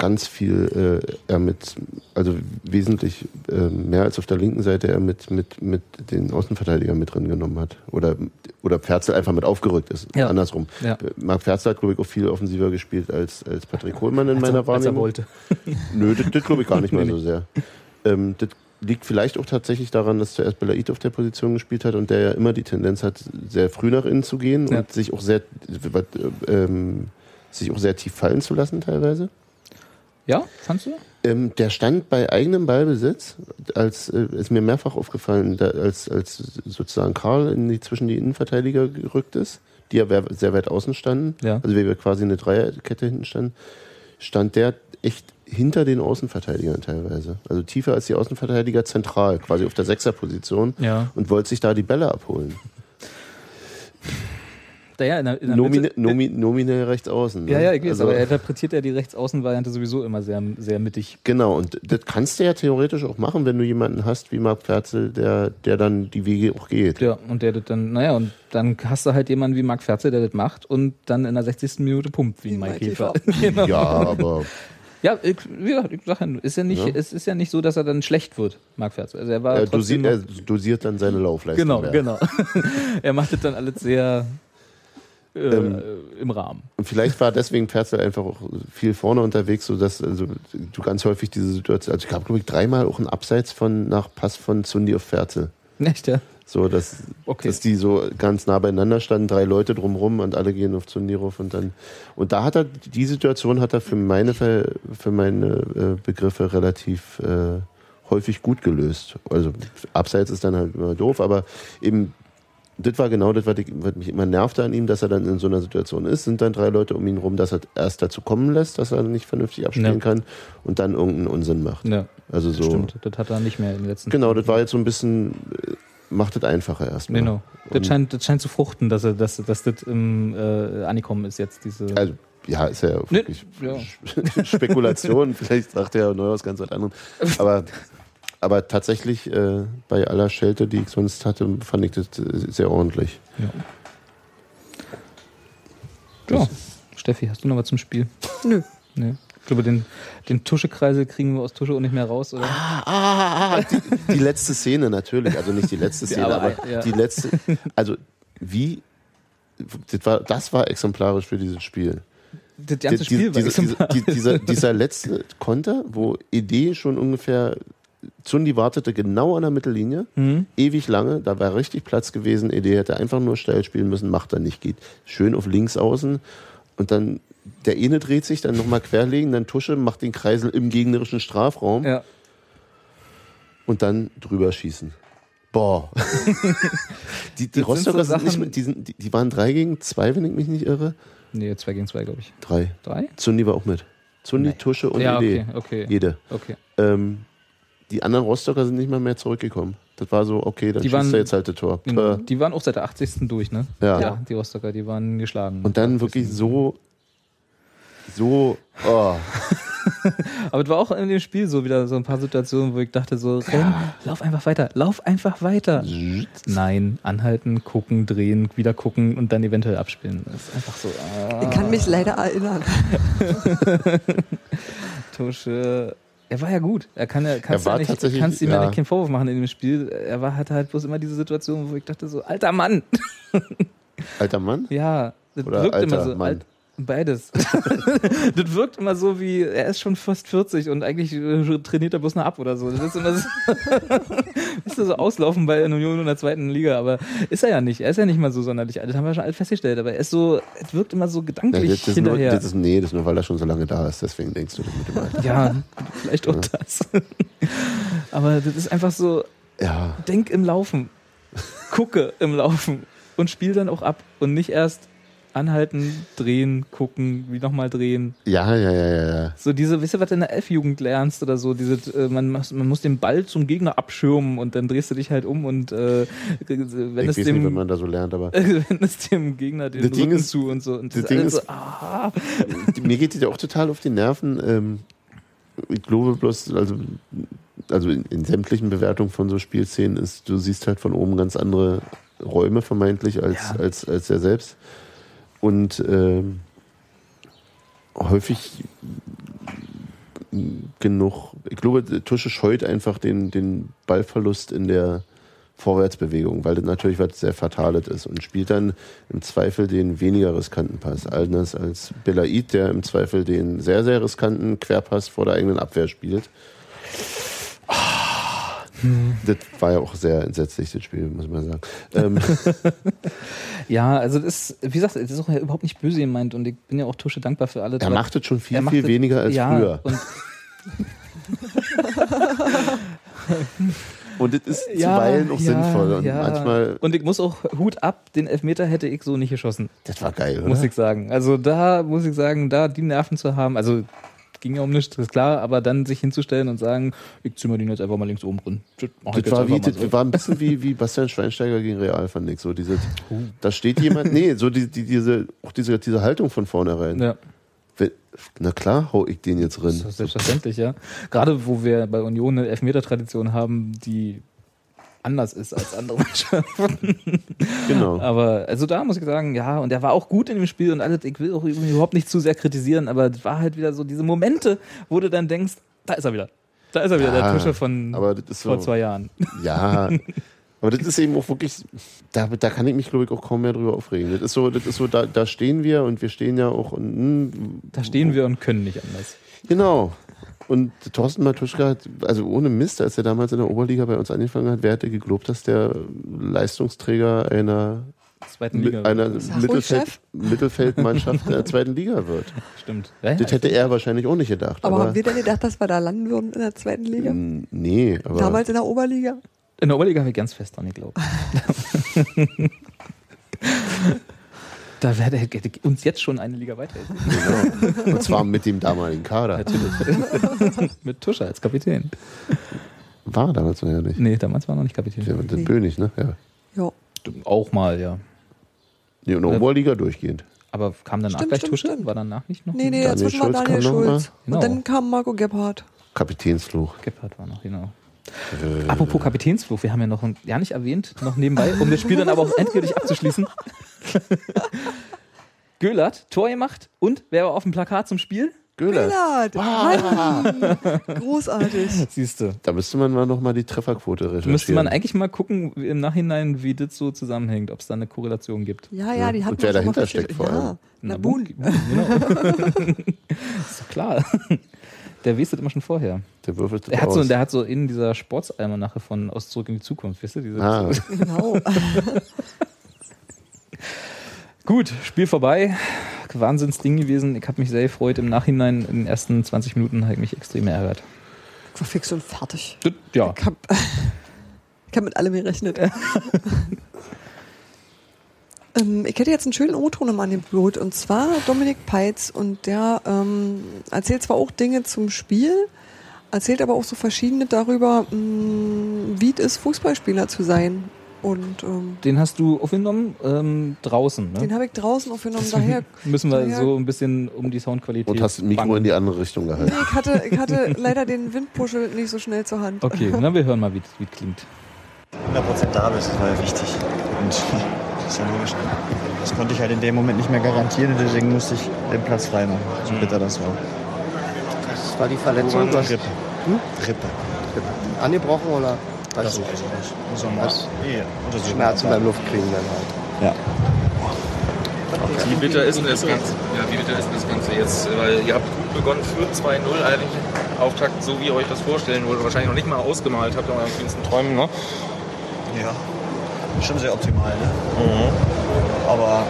ganz viel äh, er mit, also wesentlich äh, mehr als auf der linken Seite er mit, mit, mit den Außenverteidigern mit drin genommen hat. Oder, oder Pferzel einfach mit aufgerückt ist. Ja. Andersrum. Ja. Marc Pferzel hat, glaube ich, auch viel offensiver gespielt als, als Patrick Kohlmann in Als meiner er, als er Wahrnehmung. wollte. Nö, das, das glaube ich gar nicht mal so sehr. Ähm, das liegt vielleicht auch tatsächlich daran, dass zuerst Belaid auf der Position gespielt hat und der ja immer die Tendenz hat, sehr früh nach innen zu gehen Ja. und sich auch sehr was, ähm, sich auch sehr tief fallen zu lassen teilweise. Ja, fandst du? Ähm, der stand bei eigenem Ballbesitz, als äh, ist mir mehrfach aufgefallen, da, als, als sozusagen Karl in die, zwischen die Innenverteidiger gerückt ist, die ja wer- sehr weit außen standen, Ja. also wie wir quasi eine Dreierkette hinten standen, stand der echt hinter den Außenverteidigern teilweise. Also tiefer als die Außenverteidiger zentral, quasi auf der Sechserposition Ja. und wollte sich da die Bälle abholen. Naja, in der, in der Nomine, Mitte- nomi, nominell rechts außen. ne? Ja, ja, ich weiß, Also- aber er interpretiert ja die Rechtsaußenvariante sowieso immer sehr, sehr mittig. Genau, und das kannst du ja theoretisch auch machen, wenn du jemanden hast wie Marc Pferzel, der, der dann die Wege auch geht. Ja, und der das dann, naja, und dann hast du halt jemanden wie Marc Ferze, der das macht und dann in der 60. Minute pumpt wie, Mike Hefer. genau. Ja, aber Ja, ich, wie gesagt, ich sag ja, nur, ist ja nicht, Ja. es ist ja nicht so, dass er dann schlecht wird, Marc Ferze. Also er war er trotzdem dosiert, äh, er dosiert dann seine Laufleistung. Genau, ja. genau. er macht das dann alles sehr äh, Ähm. im Rahmen. Und vielleicht war deswegen Pferzel einfach auch viel vorne unterwegs, sodass also, du ganz häufig diese Situation, also ich habe glaube ich dreimal auch ein Abseits von nach Pass von Zundi auf Pferzel. Echt, ja? So, dass, Okay. dass die so ganz nah beieinander standen, drei Leute drumrum und alle gehen auf Zundirov und dann. Und da hat er, die Situation hat er für meine, Ver- für meine äh, Begriffe relativ äh, häufig gut gelöst. Also abseits ist dann halt immer doof, aber eben das war genau das, was, ich, was mich immer nervte an ihm, dass er dann in so einer Situation ist. Sind dann drei Leute um ihn rum, dass er erst dazu kommen lässt, dass er nicht vernünftig abspielen Ja. kann und dann irgendeinen Unsinn macht. Ja, Also so. stimmt. Das hat er nicht mehr in den letzten. Genau, das war jetzt so ein bisschen, äh, macht das einfacher erstmal. Genau. Das Und- scheint, das scheint zu fruchten, dass, er, dass, dass das im äh, Angekommen ist jetzt, diese. Also, ja, ist ja wirklich ja. Spe- Spekulation. Vielleicht sagt er Neuhaus ganz was anderes. Aber, aber tatsächlich, äh, bei aller Schelte, die ich sonst hatte, fand ich das äh, sehr ordentlich. ja. ja. Steffi, hast du noch was zum Spiel? Nö. Nee. Ich glaube, den, den Tuschekreisel kriegen wir aus Tusche auch nicht mehr raus, oder? Die letzte Szene natürlich, also nicht die letzte Szene, aber, aber, ja. die letzte. Also, wie. Das war, das war exemplarisch für dieses Spiel. das ganze Die- die- Spiel war diese, diese, exemplarisch. die, dieser, dieser letzte Konter, wo Idee schon ungefähr Zundi wartete genau an der Mittellinie, Mhm. ewig lange, da war richtig Platz gewesen. Idee hätte einfach nur steil spielen müssen, macht er nicht, geht schön auf links außen und dann der eine dreht sich, dann nochmal querlegen, dann Tusche, macht den Kreisel im gegnerischen Strafraum Ja. und dann drüber schießen. Boah. die die Das sind so Rostocker sind, nicht Sachen- mit, die, sind, die, die waren drei gegen zwei, wenn ich mich nicht irre. Nee, 2 gegen 2, glaube ich. Drei. 3? Zundi war auch mit. Zundi, Tusche und Ja, Idee. okay, okay. Jede. okay. Ähm, die anderen Rostocker sind nicht mal mehr zurückgekommen. Das war so, okay, dann Die schießt waren- er jetzt halt das Tor. Genau. Pah. Die waren auch seit der 80. durch, ne? Ja. die Rostocker, die waren geschlagen. Und dann wirklich so, so, oh. Aber es war auch in dem Spiel so wieder so ein paar Situationen, wo ich dachte so, renn, lauf einfach weiter, lauf einfach weiter. Nein, anhalten, gucken, drehen, wieder gucken und dann eventuell abspielen. Das ist einfach so, ah, Ich kann mich leider erinnern. Tusche. Er war ja gut. Er kann ja, kannst, Er war ja nicht, tatsächlich- kannst ihm ja. ja. nicht keinen Vorwurf machen in dem Spiel. Er war, hatte halt bloß immer diese Situation, wo ich dachte so, alter Mann. alter Mann. Ja, das Oder wirkt immer alter so. Mann. Alt, beides. das wirkt immer so wie, er ist schon fast 40 und eigentlich äh, trainiert er bloß noch ab oder so. Das ist immer so, ist so auslaufen bei der Union in der zweiten Liga, aber ist er ja nicht. Er ist ja nicht mal so sonderlich alt. Das haben wir schon alt festgestellt, aber er ist so, es wirkt immer so Ja, gedanklich das, das, ist nur, hinterher. das ist, nee, das ist nur, weil er schon so lange da ist. Deswegen denkst du das mit dem Alter. ja, vielleicht auch das. aber das ist einfach so, Ja, denk im Laufen. Gucke im Laufen und spiel dann auch ab und nicht erst anhalten, drehen, gucken, wie nochmal drehen. ja, ja, ja, ja. ja. So diese, weißt du, was du in der F-Jugend lernst oder so, diese, äh, man, muss- man muss den Ball zum Gegner abschirmen und dann drehst du dich halt um und äh, wenn, Ich es weiß nicht, wenn dem, man da so lernt, aber wenn es dem Gegner den Das Ding Rücken ist- zu und so. Und das ist Ding alles ist- so, ah, mir geht das ja auch total auf die Nerven. Ähm, ich glaube bloß, also, also in, in sämtlichen Bewertungen von so Spielszenen ist, du siehst halt von oben ganz andere Räume vermeintlich als, Ja. als, als er selbst. Und ähm, häufig genug, ich glaube, Tusche scheut einfach den, den Ballverlust in der Vorwärtsbewegung, weil das natürlich was sehr Fatales ist und spielt dann im Zweifel den weniger riskanten Pass. Anders als Belaid, der im Zweifel den sehr, sehr riskanten Querpass vor der eigenen Abwehr spielt. Ah, Das war ja auch sehr entsetzlich, das Spiel, muss man sagen. Ähm, ja, also das ist, wie gesagt, das ist auch ja überhaupt nicht böse gemeint und ich bin ja auch Tusche dankbar für alle. er macht das schon viel, Er macht viel das- weniger als ja, früher. Und Und das ist zuweilen auch sinnvoll. Und ja. manchmal, Und ich muss auch Hut ab, den Elfmeter hätte ich so nicht geschossen, das war geil, muss oder? ich sagen. Also da muss ich sagen, da die Nerven zu haben, also ging ja um nichts, ist klar, aber dann sich hinzustellen und sagen, ich zimmer den jetzt einfach mal links oben drin. Das, mach ich Das jetzt war, wie, einfach mal das war ein bisschen wie, wie Bastian Schweinsteiger gegen Real, fand ich. So diese, Oh. da steht jemand, nee, so die, die, diese, auch diese, diese Haltung von vornherein. so. Ja, Wenn- Na klar, hau ich den jetzt das rein. ist selbstverständlich, ja. Gerade wo wir bei Union eine Elfmeter-Tradition haben, die anders ist als andere Mannschaften. Genau. Aber also da muss ich sagen, ja, und er war auch gut in dem Spiel und alles, ich will auch überhaupt nicht zu sehr kritisieren, aber es war halt wieder so diese Momente, wo du dann denkst, da ist er wieder. Da ist er wieder, der Ja, Tusche von aber das ist so- vor zwei Jahren. Ja. Aber das ist eben auch wirklich, da, da kann ich mich, glaube ich, auch kaum mehr drüber aufregen. Das ist so, das ist so da, da stehen wir und wir stehen ja auch. Und, hm, Da stehen wir und können nicht anders. genau. Und Thorsten Matuschka hat, also ohne Mist, als er damals in der Oberliga bei uns angefangen hat, wer hätte geglaubt, dass der Leistungsträger einer, Zweiten Mi- Liga. einer Sag ruhig, Mittelfeld, Chef. Mittelfeldmannschaft der zweiten Liga wird? Stimmt. Ja, ja, Das hätte er wahrscheinlich auch nicht gedacht. Aber, Aber, haben wir denn gedacht, dass wir da landen würden in der zweiten Liga? nee, aber Damals in der Oberliga? in der Oberliga habe ich ganz fest dran geglaubt. da wäre der- hätte uns jetzt schon eine Liga weiterhelfen. genau. und zwar mit dem damaligen Kader. Mit Tuscher als Kapitän. War damals noch ja nicht. Nee, damals war er noch nicht Kapitän. Ja, mit dem Bönig, ne? Ja. Ja. Auch mal, ja. Nee, und Oberliga durchgehend. Aber kam danach Stimmt, gleich stimmt, Tusche? stimmt. War danach nicht noch? Nee, nee, Daniel dazwischen war Schulz Daniel kam noch mal. Schulz. Genau. Und dann kam Marco Gebhardt. Kapitänsfluch. Gebhardt war noch, genau. Äh. Apropos Kapitänsfluch, wir haben ja noch ein- ja nicht erwähnt, noch nebenbei, um das Spiel dann aber auch endgültig abzuschließen. Gölert, Tor gemacht und wer war auf dem Plakat zum Spiel? Göhler. Billard! Mann! Großartig. Siehste. Da müsste man mal nochmal die Trefferquote recherchieren. Müsste man eigentlich mal gucken wie- im Nachhinein, wie das so zusammenhängt, ob es da eine Korrelation gibt. Ja, ja, die Und hatten wir schon wer mal dahinter festgestellt. steckt vor allem. Ja, Nabun. Genau. ist doch klar. Der wusste das immer schon vorher. Der würfelt das Der hat, aus. so, der hat so in dieser Sportsalmanache von aus Zurück in die Zukunft, weißt du? Diese, ah, Genau. Gut, Spiel vorbei. Wahnsinnsding gewesen. Ich habe mich sehr gefreut. Im Nachhinein, in den ersten 20 Minuten, habe ich mich extrem ärgert. Ich war fix und fertig. Das, ja, Ich hab, ich hab mit allem gerechnet. ähm, ich hätte jetzt einen schönen O-Ton im Angebot und zwar Dominik Peitz und der ähm, erzählt zwar auch Dinge zum Spiel, erzählt aber auch so verschiedene darüber, mh, wie es ist, Fußballspieler zu sein. Und ähm, den hast du aufgenommen ähm, draußen. Ne? den habe ich draußen aufgenommen. Daher Müssen wir daher- so ein bisschen um die Soundqualität. und hast das Mikro bangen. in die andere Richtung Nee, gehalten. ich hatte, ich hatte leider den Windpuschel nicht so schnell zur Hand. Okay, na, wir hören mal, wie wie es klingt. 100% da bist, das war ja wichtig. Und das ist ja logisch. ne? Das konnte ich halt in dem Moment nicht mehr garantieren und deswegen musste ich den Platz freimachen. So bitter Mhm. das war. Das war die Verletzung. Du hast Rippe. Rippe. angebrochen oder? Das weiß ich nicht. Muss man mal eh untersuchen. Schmerzen beim Luftkriegen dann halt. Ja. Wie bitter ist denn das Ganze? Ja, wie bitter ist denn das Ganze jetzt? Weil ihr habt gut begonnen, führt 2-0, eigentlich Auftakt, so wie ihr euch das vorstellen wollt, wahrscheinlich noch nicht mal ausgemalt habt in euren schönsten Träumen, ne? Ja. Schon sehr optimal, ne? Aber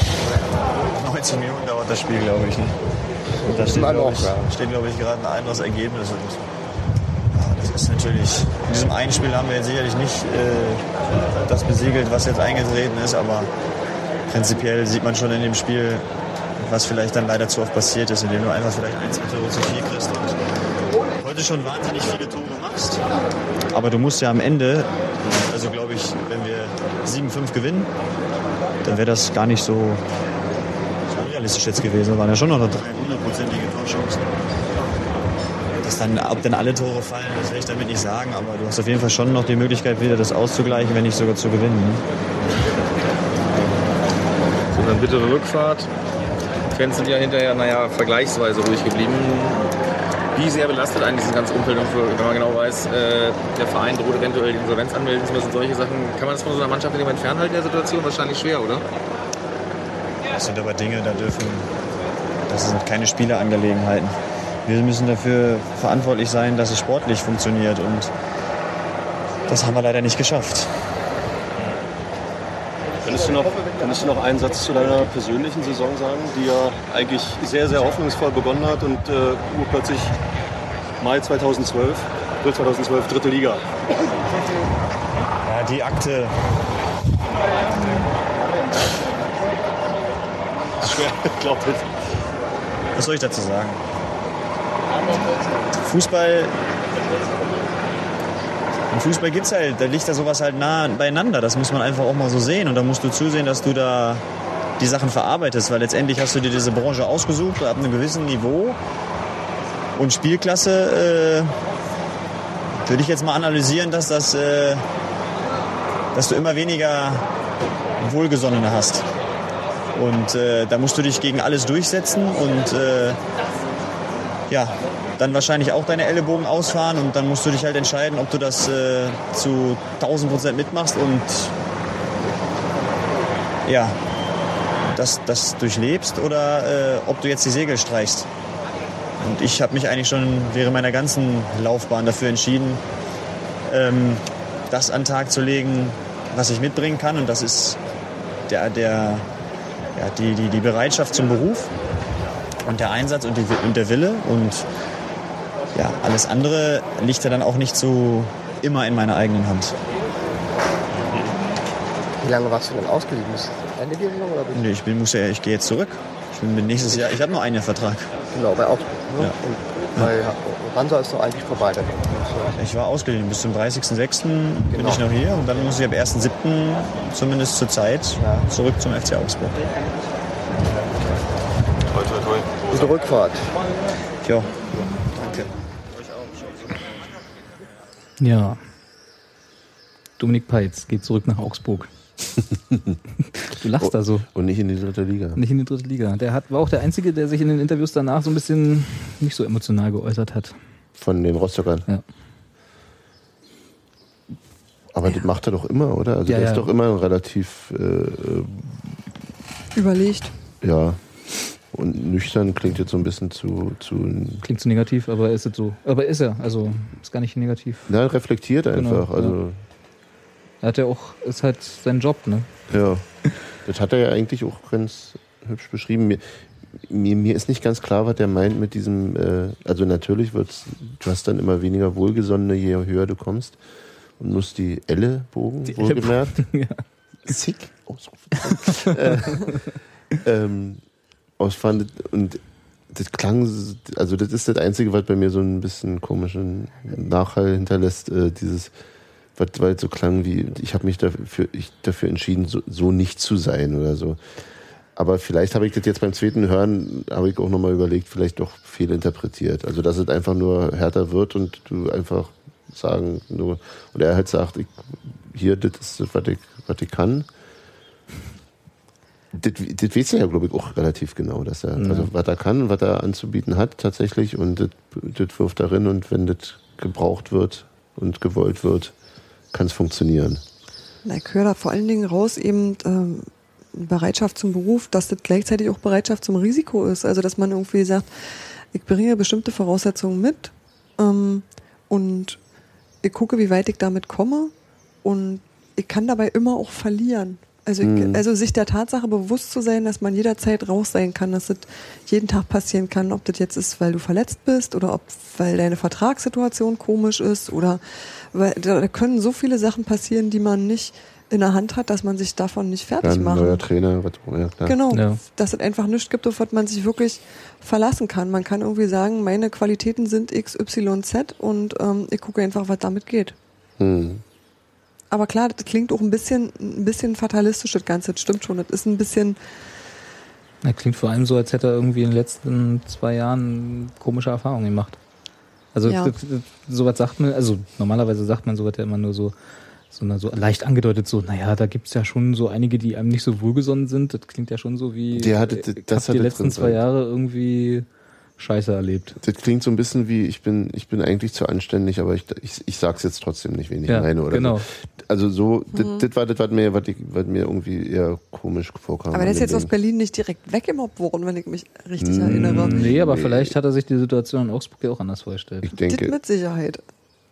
19 Minuten dauert das Spiel, glaube ich. Ne? Und da steht, Lang glaube auch, ja. ich, steht, glaube ich, gerade ein anderes Ergebnis. Und, ja, das ist natürlich. In diesem einen Spiel haben wir jetzt sicherlich nicht äh, das besiegelt, was jetzt eingetreten ist, aber prinzipiell sieht man schon in dem Spiel, was vielleicht dann leider zu oft passiert ist, indem du einfach vielleicht ein, zwei Tore zu viel kriegst und heute schon wahnsinnig viele Tore machst. Aber du musst ja am Ende, also glaube ich, wenn wir 7-5 gewinnen, dann wäre das gar nicht so unrealistisch jetzt gewesen. Da waren ja schon noch drei hundertprozentige Torchancen. Dass dann, ob dann alle Tore fallen, das will ich damit nicht sagen, aber du hast auf jeden Fall schon noch die Möglichkeit, wieder das auszugleichen, wenn nicht sogar zu gewinnen. ne? So eine bittere Rückfahrt. Fans sind ja hinterher, naja, vergleichsweise ruhig geblieben. Wie sehr belastet einen dieses ganze Umfeld, und für- wenn man genau weiß, äh, der Verein droht eventuell die Insolvenz anmelden zu müssen, solche Sachen. Kann man das von so einer Mannschaft in dem entfernen halt in der Situation? Wahrscheinlich schwer, oder? Das sind aber Dinge, da dürfen, das sind keine Spieleangelegenheiten. Wir müssen dafür verantwortlich sein, dass es sportlich funktioniert und das haben wir leider nicht geschafft. Könntest du, noch, könntest du noch einen Satz zu deiner persönlichen Saison sagen, die ja eigentlich sehr, sehr hoffnungsvoll begonnen hat und äh, urplötzlich Mai 2012, April 2012, dritte Liga. Ja, die Akte. Schwer, glaubt ich. Was soll ich dazu sagen? Fußball. Im Fußball gibt's halt, da liegt da sowas halt nah beieinander. Das muss man einfach auch mal so sehen. Und da musst du zusehen, dass du da die Sachen verarbeitest, weil letztendlich hast du dir diese Branche ausgesucht, ab einem gewissen Niveau und Spielklasse äh, würde ich jetzt mal analysieren, dass das, äh, dass du immer weniger Wohlgesonnene hast. Und äh, da musst du dich gegen alles durchsetzen und äh, ja, dann wahrscheinlich auch deine Ellenbogen ausfahren und dann musst du dich halt entscheiden, ob du das äh, zu 1000 Prozent mitmachst und ja, das, das durchlebst oder äh, ob du jetzt die Segel streichst. Und ich habe mich eigentlich schon während meiner ganzen Laufbahn dafür entschieden, ähm, das an den Tag zu legen, was ich mitbringen kann. Und das ist der, der, ja, die, die, die Bereitschaft zum Beruf und der Einsatz und, die, und der Wille. Und ja, alles andere liegt ja dann auch nicht so immer in meiner eigenen Hand. Wie lange warst du denn ausgeliehen? Bis Ende der Saison oder bis? Nee, ich bin, muss ja, ich gehe jetzt zurück. Ich bin nächstes Jahr, ich habe nur einen Jahr Vertrag. Genau, bei Augsburg. Ne? Und bei Hansa ist doch eigentlich vorbei. Dann. Ich war ausgeliehen. Bis zum 30.06. Genau. bin ich noch hier und dann muss ich ab 1.07. zumindest zur Zeit zurück zum FC Augsburg. Toi, toi, toi. Gute Rückfahrt. Ja. Ja. Dominik Peitz geht zurück nach Augsburg. du lachst da so. Und nicht in die dritte Liga. Nicht in die dritte Liga. Der hat, war auch der Einzige, der sich in den Interviews danach so ein bisschen nicht so emotional geäußert hat. Von den Rostockern. Ja. Aber das macht er doch immer, oder? Also Ja, der ja. ist doch immer relativ, äh, äh, Überlegt. ja. Und nüchtern klingt jetzt so ein bisschen zu, zu Klingt zu negativ, aber ist es so. Aber ist er, also ist gar nicht negativ. Na, reflektiert einfach. Genau, also, Er hat ja auch, ist halt sein Job, ne? ja. Das hat er ja eigentlich auch ganz hübsch beschrieben. Mir, mir, mir ist nicht ganz klar, was er meint mit diesem. Äh, also, natürlich wird's, du hast dann immer weniger Wohlgesonnene, je höher du kommst. Und musst die Elle bogen, Die Elle wohlgemerkt. Ja. Sick. Ausrufezeichen. äh, ähm, ausfahren. Und das klang, s- also das ist das Einzige, was bei mir so ein bisschen komischen Nachhall hinterlässt, äh, dieses, was weil es so klang wie, ich habe mich dafür, ich dafür entschieden, so, so nicht zu sein oder so. Aber vielleicht habe ich das jetzt beim zweiten Hören, habe ich auch nochmal überlegt, vielleicht doch fehlinterpretiert. Also dass es einfach nur härter wird und du einfach sagen, nur, und er halt sagt, ich, hier, das ist das, was ich, was ich kann. Das, das weiß er ja, glaube ich, auch relativ genau, dass er, Ja. also was er kann, was er anzubieten hat tatsächlich und das, das wirft darin und wenn das gebraucht wird und gewollt wird, kann es funktionieren. Na, ich höre da vor allen Dingen raus eben ähm, Bereitschaft zum Beruf, dass das gleichzeitig auch Bereitschaft zum Risiko ist. Also dass man irgendwie sagt, ich bringe bestimmte Voraussetzungen mit ähm, und ich gucke, wie weit ich damit komme und ich kann dabei immer auch verlieren. Also, ich, Mhm. also sich der Tatsache bewusst zu sein, dass man jederzeit raus sein kann, dass das jeden Tag passieren kann, ob das jetzt ist, weil du verletzt bist oder ob weil deine Vertragssituation komisch ist oder weil da, da können so viele Sachen passieren, die man nicht in der Hand hat, dass man sich davon nicht fertig Dann ein macht. neuer Trainer, was auch immer. klar. Genau, dass es einfach nichts gibt, auf was man sich wirklich verlassen kann. Man kann irgendwie sagen, meine Qualitäten sind X, Y, Z und ähm, ich gucke einfach, was damit geht. Hm. Aber klar, das klingt auch ein bisschen, ein bisschen fatalistisch, das Ganze. Das stimmt schon. Das ist ein bisschen, Er klingt vor allem so, als hätte er irgendwie in den letzten zwei Jahren komische Erfahrungen gemacht. Also Ja. das- das- sowas sagt man, also normalerweise sagt man sowas ja immer nur so, so, na, so leicht angedeutet so, naja, da gibt's ja schon so einige, die einem nicht so wohlgesonnen sind. Das klingt ja schon so wie, Der hatte- äh, ich das hab die hatte letzten drin zwei sein. Jahre irgendwie Scheiße erlebt. Das klingt so ein bisschen wie, ich bin, ich bin eigentlich zu anständig, aber ich, ich, ich sag's jetzt trotzdem nicht, wen ich Ja, meine. Oder genau. so. Also so, das, Mhm. das war das, was mir, was, ich, was mir irgendwie eher komisch vorkam. aber der ist an jetzt dem aus Ding. Berlin nicht direkt weggemobbt worden, wenn ich mich richtig Mm, erinnere. Nee, aber Nee. vielleicht hat er sich die Situation in Augsburg ja auch anders vorgestellt. Ich Das mit Sicherheit.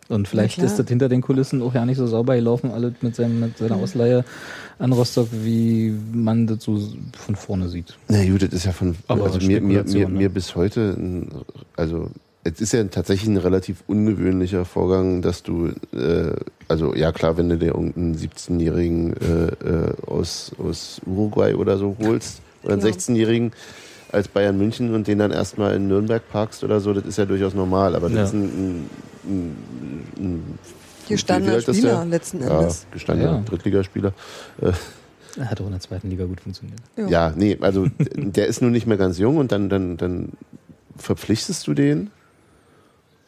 Und vielleicht Na klar. ist das hinter den Kulissen auch ja nicht so sauber gelaufen, alle mit, seinem, mit seiner Mhm. Ausleihe an Rostock, wie man das so von vorne sieht. Na gut, das ist ja von Aber also mir, mir, mir, Spekulation, ne? mir bis heute, ein- also es ist ja tatsächlich ein relativ ungewöhnlicher Vorgang, dass du, äh, also ja klar, wenn du dir irgendeinen 17-Jährigen äh, äh, aus, aus Uruguay oder so holst oder einen Ja. 16-Jährigen als Bayern München und den dann erstmal in Nürnberg parkst oder so, das ist ja durchaus normal, aber das Ja. ist ein, ein, ein, ein Gestandener wie alt ist Spieler der? letzten ja, Endes. Gestandener Ja. Drittligaspieler. Äh, Hat auch in der zweiten Liga gut funktioniert. ja. nee, also der ist nun nicht mehr ganz jung und dann, dann, dann verpflichtest du den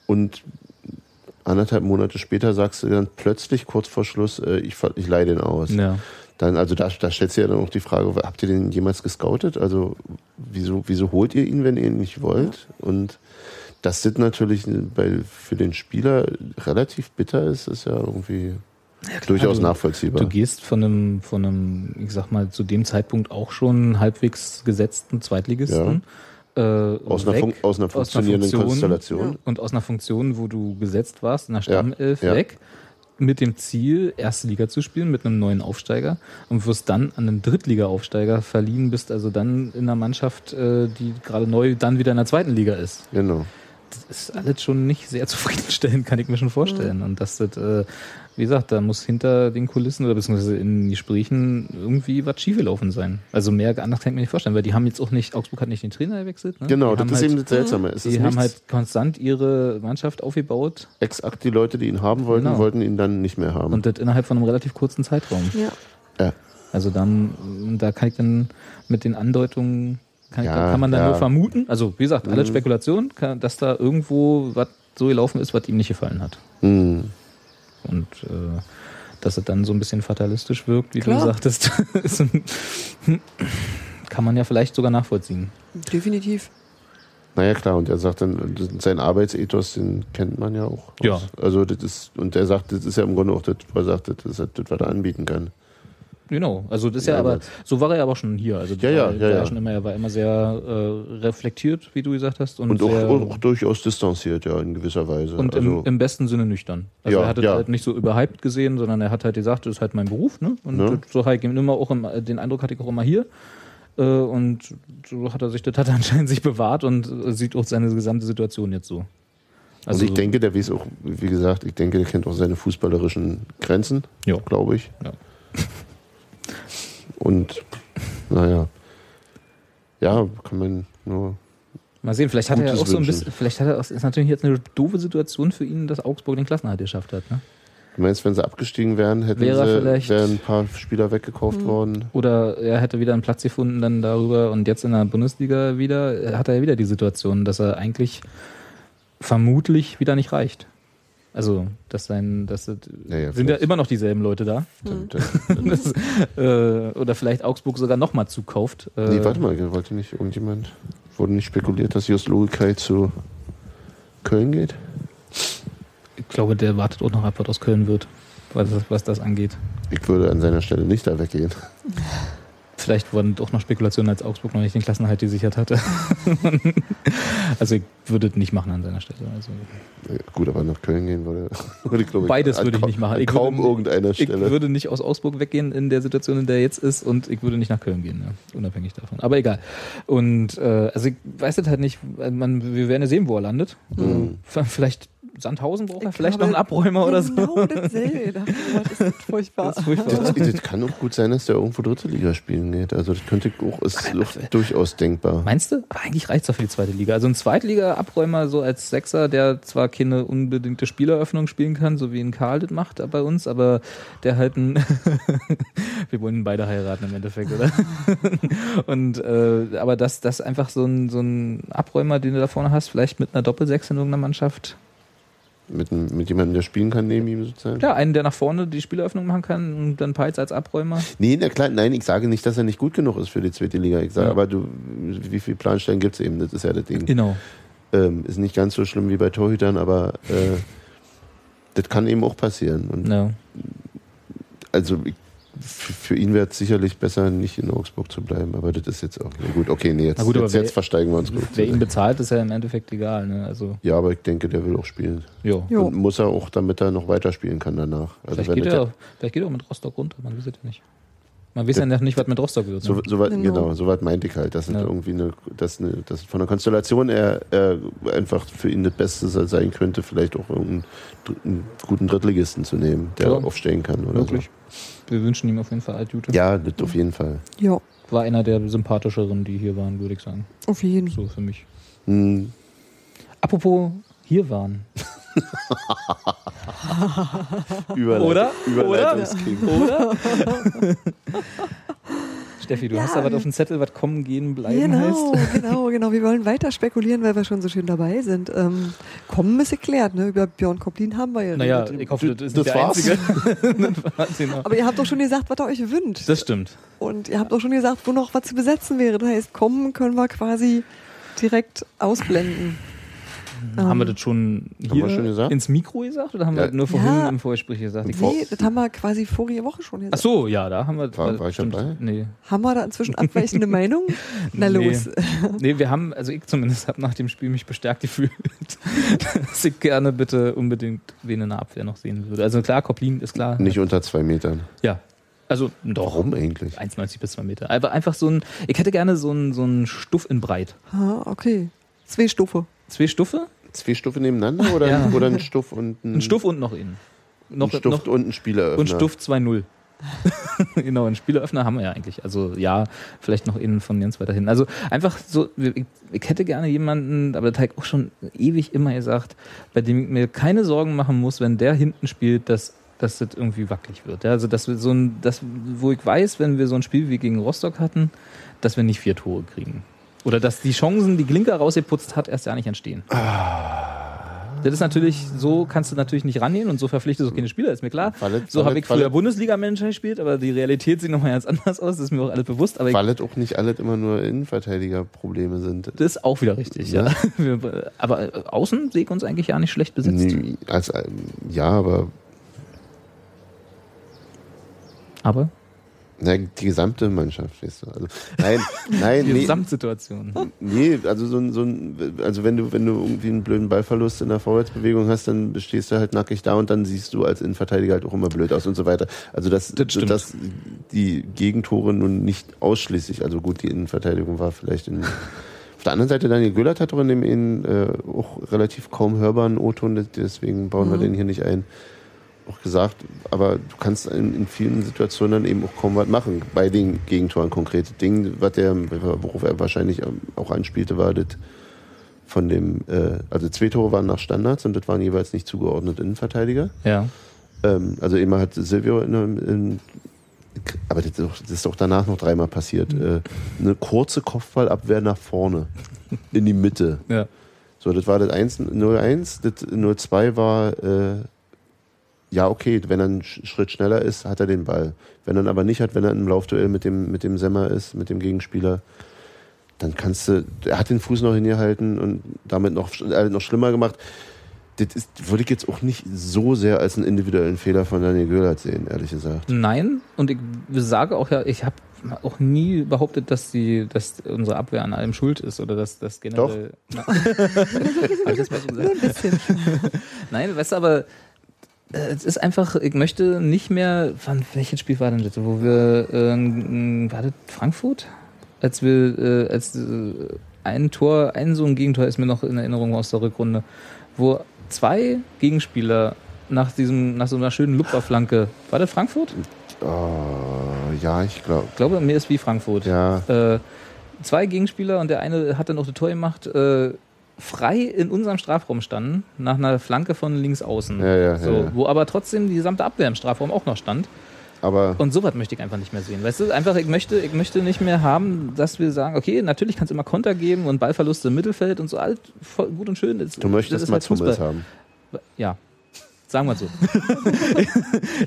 und anderthalb Monate später sagst du dann plötzlich kurz vor Schluss, äh, ich, ver- ich leihe den aus. Ja. Dann, also da, da stellt sich ja dann auch die Frage, habt ihr den jemals gescoutet? Also wieso, wieso holt ihr ihn, wenn ihr ihn nicht wollt? Und dass das natürlich bei, für den Spieler relativ bitter ist, ist ja irgendwie durchaus du- nachvollziehbar. Also, Du gehst von einem, von einem, ich sag mal, zu dem Zeitpunkt auch schon halbwegs gesetzten Zweitligisten äh, Aus einer weg, Fun- aus einer funktionierenden Konstellation. Ja. und aus einer Funktion, wo du gesetzt warst, in der Ja, Stammelf ja. weg, mit dem Ziel, erste Liga zu spielen mit einem neuen Aufsteiger und wirst dann an einen Drittliga-Aufsteiger verliehen, bist also dann in einer Mannschaft, äh, die gerade neu dann wieder in der zweiten Liga ist. Genau. Das ist alles schon nicht sehr zufriedenstellend, kann ich mir schon Mhm. vorstellen. Und das, das äh, wie gesagt, da muss hinter den Kulissen oder beziehungsweise in Gesprächen irgendwie was schiefgelaufen sein. Also mehr anders kann ich mir nicht vorstellen, weil die haben jetzt auch nicht, Augsburg hat nicht den Trainer gewechselt. Ne? Genau, die das haben ist eben das Seltsame. Es die ist haben nichts- halt konstant ihre Mannschaft aufgebaut Exakt die Leute, die ihn haben wollten, Genau. wollten ihn dann nicht mehr haben. und das innerhalb von einem relativ kurzen Zeitraum. Ja. Ja. Also dann, da kann ich dann mit den Andeutungen, kann, ich, Ja, kann man dann ja. nur vermuten, also wie gesagt, alles Mhm. Spekulation, kann, dass da irgendwo was so gelaufen ist, was ihm nicht gefallen hat. Hm. Und äh, dass es dann so ein bisschen fatalistisch wirkt, wie Klar. du sagtest, ist ein, kann man ja vielleicht sogar nachvollziehen. Definitiv. Naja, klar, und er sagt dann, das- sein Arbeitsethos, den kennt man ja auch. Ja. Also, das ist, und er sagt, das ist ja im Grunde auch das, was er sagt, das ist das, was er anbieten kann. Genau, also das ist ja, Ja, aber, das- so war er ja aber schon hier. Also Ja, ja, er ja, war ja. Schon immer, er war immer sehr äh, reflektiert, wie du gesagt hast. Und, Und, auch, sehr, auch durchaus distanziert, ja, in gewisser Weise. Und also, im, im besten Sinne nüchtern. Also Ja, er hat es ja. halt nicht so überhyped gesehen, sondern er hat halt gesagt, das ist halt mein Beruf. Ne? Und Ne? so halt immer auch im, den Eindruck hatte ich auch immer hier. Äh, Und so hat er sich, das hat er anscheinend sich bewahrt und äh, sieht auch seine gesamte Situation jetzt so. also und Also ich denke, der weiß auch, wie gesagt, ich denke, der kennt auch seine fußballerischen Grenzen, Ja. glaube ich. Ja. Und, naja. Ja, kann man nur. Mal sehen, vielleicht hat er ja Gutes auch so ein wünschen. bisschen, vielleicht hat er auch, ist natürlich jetzt eine doofe Situation für ihn, dass Augsburg den Klassenerhalt geschafft hat. Ne? Du meinst, wenn sie abgestiegen wären, hätten Wäre er sie, vielleicht- wären ein paar Spieler weggekauft Hm. worden? Oder er hätte wieder einen Platz gefunden dann darüber und jetzt in der Bundesliga wieder, äh, hat er ja wieder die Situation, dass er eigentlich vermutlich wieder nicht reicht. Also, dass sein, dass das, Ja, ja, sind ja vielleicht. immer noch dieselben Leute da. Dann, dann, das, äh, oder vielleicht Augsburg sogar nochmal zukauft. Äh, Nee, warte mal, wollte nicht irgendjemand. Wurde nicht spekuliert, dass Just Logikai zu Köln geht? Ich glaube, der wartet auch noch ab, was aus Köln wird, was, das- was das angeht. Ich würde an seiner Stelle nicht da weggehen. Vielleicht wurden doch noch Spekulationen, als Augsburg noch nicht den Klassenhalt gesichert hatte. also ich würde es nicht machen an seiner Stelle. Also Ja, Gut, aber nach Köln gehen würde, würde ich glaube beides an würde ich kaum- nicht machen. an Ich kaum würde, irgendeiner ich Stelle. würde nicht aus Augsburg weggehen in der Situation, in der er jetzt ist, und ich würde nicht nach Köln gehen, ne? unabhängig davon. Aber egal. Und äh, also ich weiß das halt nicht. Man, wir werden ja sehen, wo er landet. Vielleicht Sandhausen braucht er, vielleicht noch einen Abräumer oder so. Genau dasselbe. Da- oh, Das ist furchtbar. Das ist furchtbar. das, das kann auch gut sein, dass der irgendwo dritte Liga spielen geht. Also das könnte ich auch, ist auch durchaus denkbar. Meinst du? Aber eigentlich reicht's doch für die zweite Liga. Also ein Zweitliga-Abräumer so als Sechser, der zwar keine unbedingte Spieleröffnung spielen kann, so wie ein Karl das macht bei uns, aber der halt ein... Wir wollen beide heiraten im Endeffekt, oder? Und äh, aber dass das einfach so ein, so ein Abräumer, den du da vorne hast, vielleicht mit einer Doppelsechs in irgendeiner Mannschaft. Mit, einem- mit jemandem, der spielen kann neben ihm sozusagen. Ja, einen, der nach vorne die Spieleröffnung machen kann und dann Peitz als Abräumer. Nee, na klar, nein, ich sage nicht, dass er nicht gut genug ist für die zweite Liga. Ich sage, Ja. aber du, wie viel Planstellen gibt es eben? Das ist ja das Ding. Genau. Ähm, ist nicht ganz so schlimm wie bei Torhütern, aber äh, das kann eben auch passieren. Und Ja. also ich, f- für ihn wäre es sicherlich besser, nicht in Augsburg zu bleiben, aber das ist jetzt auch. Na gut, okay, nee, jetzt, Na gut, aber jetzt, wer- jetzt versteigen wir uns gut. Wer ihn bezahlt, ist ja im Endeffekt egal. Ne? Also, Ja, aber ich denke, der will auch spielen. ja. Jo. Und muss er auch, damit er noch weiterspielen kann danach. Also Vielleicht geht, das er, vielleicht geht er auch mit Rostock runter, man weiß es ja nicht. Man weiß ja noch nicht, was mit Rostock wird. So, Ne? so weit, genau. Genau. so weit meinte ich halt, dass es Ja. irgendwie eine, dass eine, dass von der Konstellation er, er einfach für ihn das Beste sein könnte, vielleicht auch irgendeinen dr- einen guten Drittligisten zu nehmen, der Ja. aufstehen kann oder Wirklich. Wir wünschen ihm auf jeden Fall alt Jute. so. Ja, das auf jeden Fall. Ja, War einer der sympathischeren, die hier waren, würde ich sagen. auf jeden Fall. So für mich. Hm. Apropos hier waren. Überleit- Oder? Überleitungskrieg. Oder? Steffi, du Ja, hast da was auf dem Zettel, was kommen, gehen, bleiben Genau, heißt. genau, genau. Wir wollen weiter spekulieren, weil wir schon so schön dabei sind. Ähm, kommen ist geklärt, ne? Über Björn Koplin haben wir ja Naja, geredet. ich hoffe, das ist Das nicht der war's. einzige. Das war's, genau. Aber ihr habt doch schon gesagt, was ihr euch wünscht. das stimmt. Und ihr habt auch schon gesagt, wo noch was zu besetzen wäre. Das heißt, kommen können wir quasi direkt ausblenden. Haben wir das schon Haben hier wir schon gesagt? ins Mikro gesagt oder haben wir Ja. das nur vorhin Ja. im Vorgespräch gesagt? Ich- Nee, das haben wir quasi vorige Woche schon gesagt. Ach so, ja, da haben wir. War- war ich stimmt. dabei? Nee. Haben wir da inzwischen abweichende Meinung? Na los. Nee. nee, wir haben, also ich zumindest habe nach dem Spiel mich bestärkt gefühlt, dass ich gerne bitte unbedingt wen in der Abwehr noch sehen würde. Also klar, Koplin ist klar. Nicht unter zwei Metern. Ja. Also doch. Warum eigentlich? 1,90 bis 2 Meter. Aber einfach so ein, ich hätte gerne so ein, so ein Stuff in Breit. Ah, okay. Zwei Stufe. Zwei Stuffe? Zwei Stufe nebeneinander oder, Ja. oder ein Stuff und ein, Ein Stuff und noch innen. Noch, Hm. ein Stuff noch, und ein Spieleröffner? und Stuff 2-0. genau, einen Spieleröffner haben wir ja eigentlich. Also ja, vielleicht noch innen von ganz weiterhin. Also einfach so, ich, ich hätte gerne jemanden, aber das habe ich auch schon ewig immer gesagt, bei dem ich mir keine Sorgen machen muss, wenn der hinten spielt, dass dass das irgendwie wackelig wird. Ja, also dass wir so ein, das, wo ich weiß, wenn wir so ein Spiel wie gegen Rostock hatten, dass wir nicht vier Tore kriegen. Oder dass die Chancen, die Glinker rausgeputzt hat, erst ja nicht entstehen. Das ist natürlich, so kannst du natürlich nicht rangehen und so verpflichtest du keine Spieler, ist mir klar. Weil es- so weil habe es- ich weil früher es- Bundesliga-Manager gespielt, aber die Realität sieht nochmal ganz anders aus, das ist mir auch alles bewusst, aber ich, Weil es auch nicht alles immer nur Innenverteidiger-Probleme sind. das ist auch wieder richtig, ja. Wir- Aber äh, außen sehe ich uns eigentlich ja nicht schlecht besetzt. Nee, als, ähm, ja, aber Aber na, die gesamte Mannschaft, weißt du. Also, nein, nein, die nee, Gesamtsituation. nee, also so ein, so ein, also wenn du, wenn du irgendwie einen blöden Ballverlust in der Vorwärtsbewegung hast, dann stehst du halt nackig da und dann siehst du als Innenverteidiger halt auch immer blöd aus und so weiter. Also das, Das stimmt. dass die Gegentore nun nicht ausschließlich, also gut, die Innenverteidigung war vielleicht in auf der anderen Seite, Daniel Göllert hat doch in dem in, äh, auch relativ kaum hörbaren O-Ton, deswegen bauen Mhm. wir den hier nicht ein, auch gesagt. Aber du kannst in, in vielen Situationen dann eben auch kaum was machen. Bei den Gegentoren konkrete Dinge, was der, worauf er wahrscheinlich ähm, auch anspielte, war das von dem, äh, also zwei Tore waren nach Standards und das waren jeweils nicht zugeordnet Innenverteidiger. Ja. Ähm, also immer hat Silvio in, einem- in, aber das ist, doch, das ist doch danach noch dreimal passiert. Äh, eine kurze Kopfballabwehr nach vorne. In die Mitte. Ja. So, das war das 1, 0-1. Das 0-2 war, äh, ja, okay, wenn er einen Sch- Schritt schneller ist, hat er den Ball. Wenn er ihn aber nicht hat, wenn er im Laufduell mit dem, mit dem Semmer ist, mit dem Gegenspieler, dann kannst du, er hat den Fuß noch hingehalten und damit noch, sch- äh, noch schlimmer gemacht. Das ist, würde ich jetzt auch nicht so sehr als einen individuellen Fehler von Daniel Göhlert sehen, ehrlich gesagt. Nein, und ich sage auch ja, ich habe auch nie behauptet, dass die, dass unsere Abwehr an allem schuld ist oder dass das generell. Na, hab ich das mal so gesagt? Ein bisschen. Nein, weißt du, aber äh, es ist einfach, ich möchte nicht mehr, wann, welches Spiel war denn das, wo wir, äh, war das Frankfurt? Als wir, äh, als äh, ein Tor, ein so ein Gegentor ist mir noch in Erinnerung aus der Rückrunde, wo zwei Gegenspieler nach diesem, nach so einer schönen Lupferflanke, war das Frankfurt? Oh, ja, ich glaube. Äh, Ich glaube, mir ist wie Frankfurt. Ja, Äh, zwei Gegenspieler und der eine hat dann auch das Tor gemacht, äh, frei in unserem Strafraum standen, nach einer Flanke von links außen. Ja, ja, so, ja, ja. Wo aber trotzdem die gesamte Abwehr im Strafraum auch noch stand. aber Und sowas möchte ich einfach nicht mehr sehen. Weißt du, einfach, ich möchte, ich möchte nicht mehr haben, dass wir sagen, okay, natürlich kann es immer Konter geben und Ballverluste im Mittelfeld und so, alles voll gut und schön. Das- du das möchtest ist mal halt Hummels Fußball. haben. Ja. Sagen wir es so.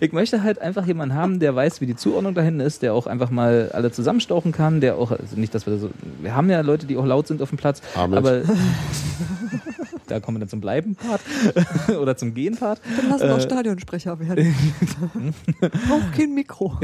ich möchte halt einfach jemanden haben, der weiß, wie die Zuordnung dahin ist, der auch einfach mal alle zusammenstauchen kann, der auch, also nicht, dass wir so, wir haben ja Leute, die auch laut sind auf dem Platz, Ahmed. aber da kommen wir dann zum Bleiben-Part oder zum Gehen-Part. Dann lass noch Äh, Stadionsprecher werden. Braucht kein Mikro.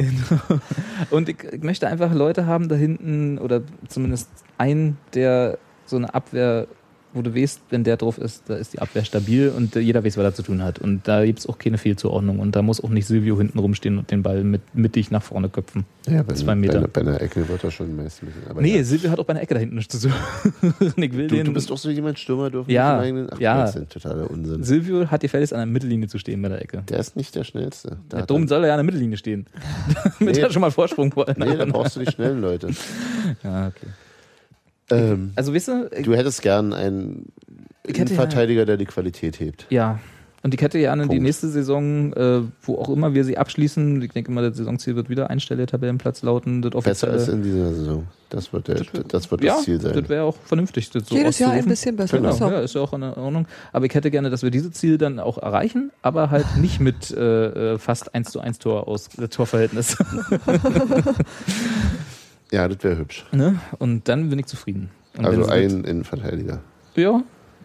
Und ich, ich möchte einfach Leute haben da hinten oder zumindest einen, der so eine Abwehr, wo du weißt, wenn der drauf ist, da ist die Abwehr stabil und äh, jeder weiß, was er zu tun hat. Und da gibt's auch keine Fehlzuordnung und da muss auch nicht Silvio hinten rumstehen und den Ball mit, mittig nach vorne köpfen. Ja, bei, Zwei Meter. Bei, bei einer Ecke wird er schon meistens. Aber nee, ja. Silvio hat auch bei einer Ecke da hinten nichts zu suchen. ich will du, den, du bist doch so jemand, Stürmer dürfen Ja, nicht im eigenen. Ach, ja. Das ist totaler Unsinn. Silvio hat die Fälle an der Mittellinie zu stehen bei der Ecke. Der ist nicht der Schnellste. Da Ja, hat Drum er- soll er ja an der Mittellinie stehen. Damit Nee. er schon mal Vorsprung wollen. nee, da brauchst du die schnellen Leute. ja, okay. ähm, Also, weißt du, du hättest gern einen Ich hätte ja- Innenverteidiger, der die Qualität hebt. Ja. Und die Kette ja in die Punkt. nächste Saison, äh, wo auch immer wir sie abschließen, ich denke mal, das Saisonziel wird wieder einstelliger Tabellenplatz lauten, das Besser offizielle. als in dieser Saison. Das wird, der, das, wird ja, das Ziel sein. Das wäre auch vernünftig. Das so Jedes Jahr ein auszurufen. bisschen besser. Genau. Ist auch- Ja, ist ja auch in Ordnung. Aber ich hätte gerne, dass wir diese Ziele dann auch erreichen, aber halt nicht mit äh, äh, fast 1 zu 1 Tor aus äh, Torverhältnis. ja, das wäre hübsch. ne? Und dann bin ich zufrieden. Und Also wenn sie ein Innenverteidiger. das- Ja,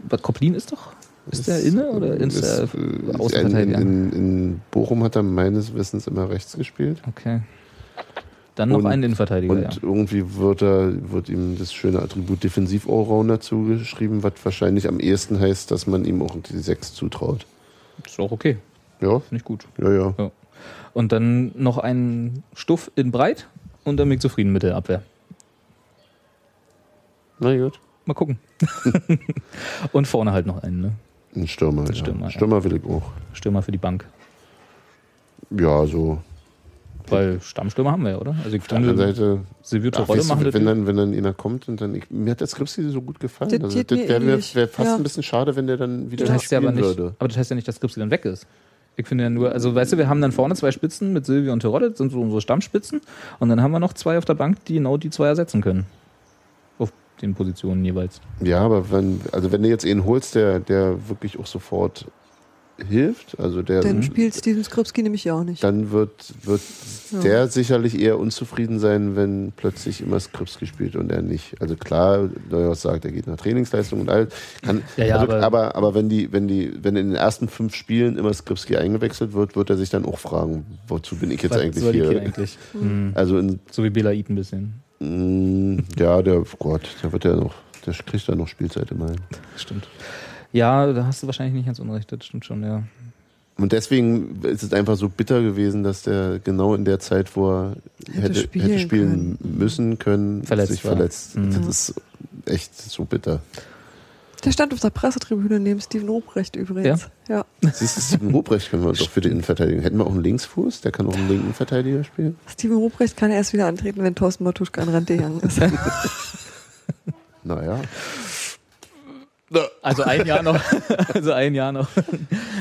was Koplin ist doch? Ist der inne oder ist, er Ist- Außenpartei? in, Ja. in, in Bochum hat er meines Wissens immer rechts gespielt. Okay. Dann noch einen Innenverteidiger, Und ja. irgendwie wird, er, wird ihm das schöne Attribut Defensiv-Allrounder zugeschrieben, was wahrscheinlich am ehesten heißt, dass man ihm auch die 6 zutraut. Ist auch okay. Ja? Finde ich gut. Ja, ja. Und dann noch einen Stuff in Breit und dann bin ich zufrieden mit der Abwehr. Na gut. Mal gucken. und vorne halt noch einen, ne? Ein Stürmer. ja. Stürmer, ja. Stürmer will ich auch. Stürmer für die Bank. Ja, so. Weil Stammstürmer haben wir ja, oder? Also ich Auf der anderen finde, Seite. Silvio Ach, Terodde weißt du, machen das. wenn, dann, wenn dann einer kommt und dann. Ich, mir hat der Skripsi so gut gefallen. Das also, geht das mir wäre wär, ähnlich. wär fast Ja. ein bisschen schade, wenn der dann wieder das heißt ja aber nicht, würde. aber das heißt ja nicht, dass Skripsi dann weg ist. Ich finde ja nur, also weißt du, wir haben dann vorne zwei Spitzen mit Silvio und Terodde, das sind so unsere Stammspitzen. Und dann haben wir noch zwei auf der Bank, die genau die zwei ersetzen können. Auf den Positionen jeweils. Ja, aber wenn, also wenn du jetzt einen holst, der, der wirklich auch sofort hilft, also der, Dann spielt Steven Skripski nämlich ja auch nicht. dann wird, wird Ja. der sicherlich eher unzufrieden sein, wenn plötzlich immer Skrips gespielt und er nicht. Also klar, Neuhaus sagt, er geht nach Trainingsleistung und all. Kann, Ja, ja, also, aber- aber, aber, wenn die, wenn die, wenn in den ersten fünf Spielen immer Skripski eingewechselt wird, wird er sich dann auch fragen, wozu bin ich jetzt Was eigentlich soll ich hier? hier eigentlich? Mhm. Also in, So wie Bela Eat ein bisschen. Mm, ja, der Gott, der wird ja noch, der kriegt dann noch Spielzeit immerhin. Stimmt. Ja, da hast du wahrscheinlich nicht ganz unrecht, das stimmt schon, ja. Und deswegen ist es einfach so bitter gewesen, dass der genau in der Zeit, wo er hätte, hätte spielen, spielen müssen können, Verletzt sich war. verletzt. Mhm. Das ist echt so bitter. Der stand auf der Pressetribüne neben Steven Ruprecht übrigens. Ja. Siehst du, Steven Ruprecht können wir doch für die Innenverteidigung. Hätten wir auch einen Linksfuß, der kann auch einen linken Innenverteidiger spielen. Steven Ruprecht kann erst wieder antreten, wenn Thorsten Matuschka an Rente gegangen ist. Naja. Also ein Jahr noch. Also ein Jahr noch.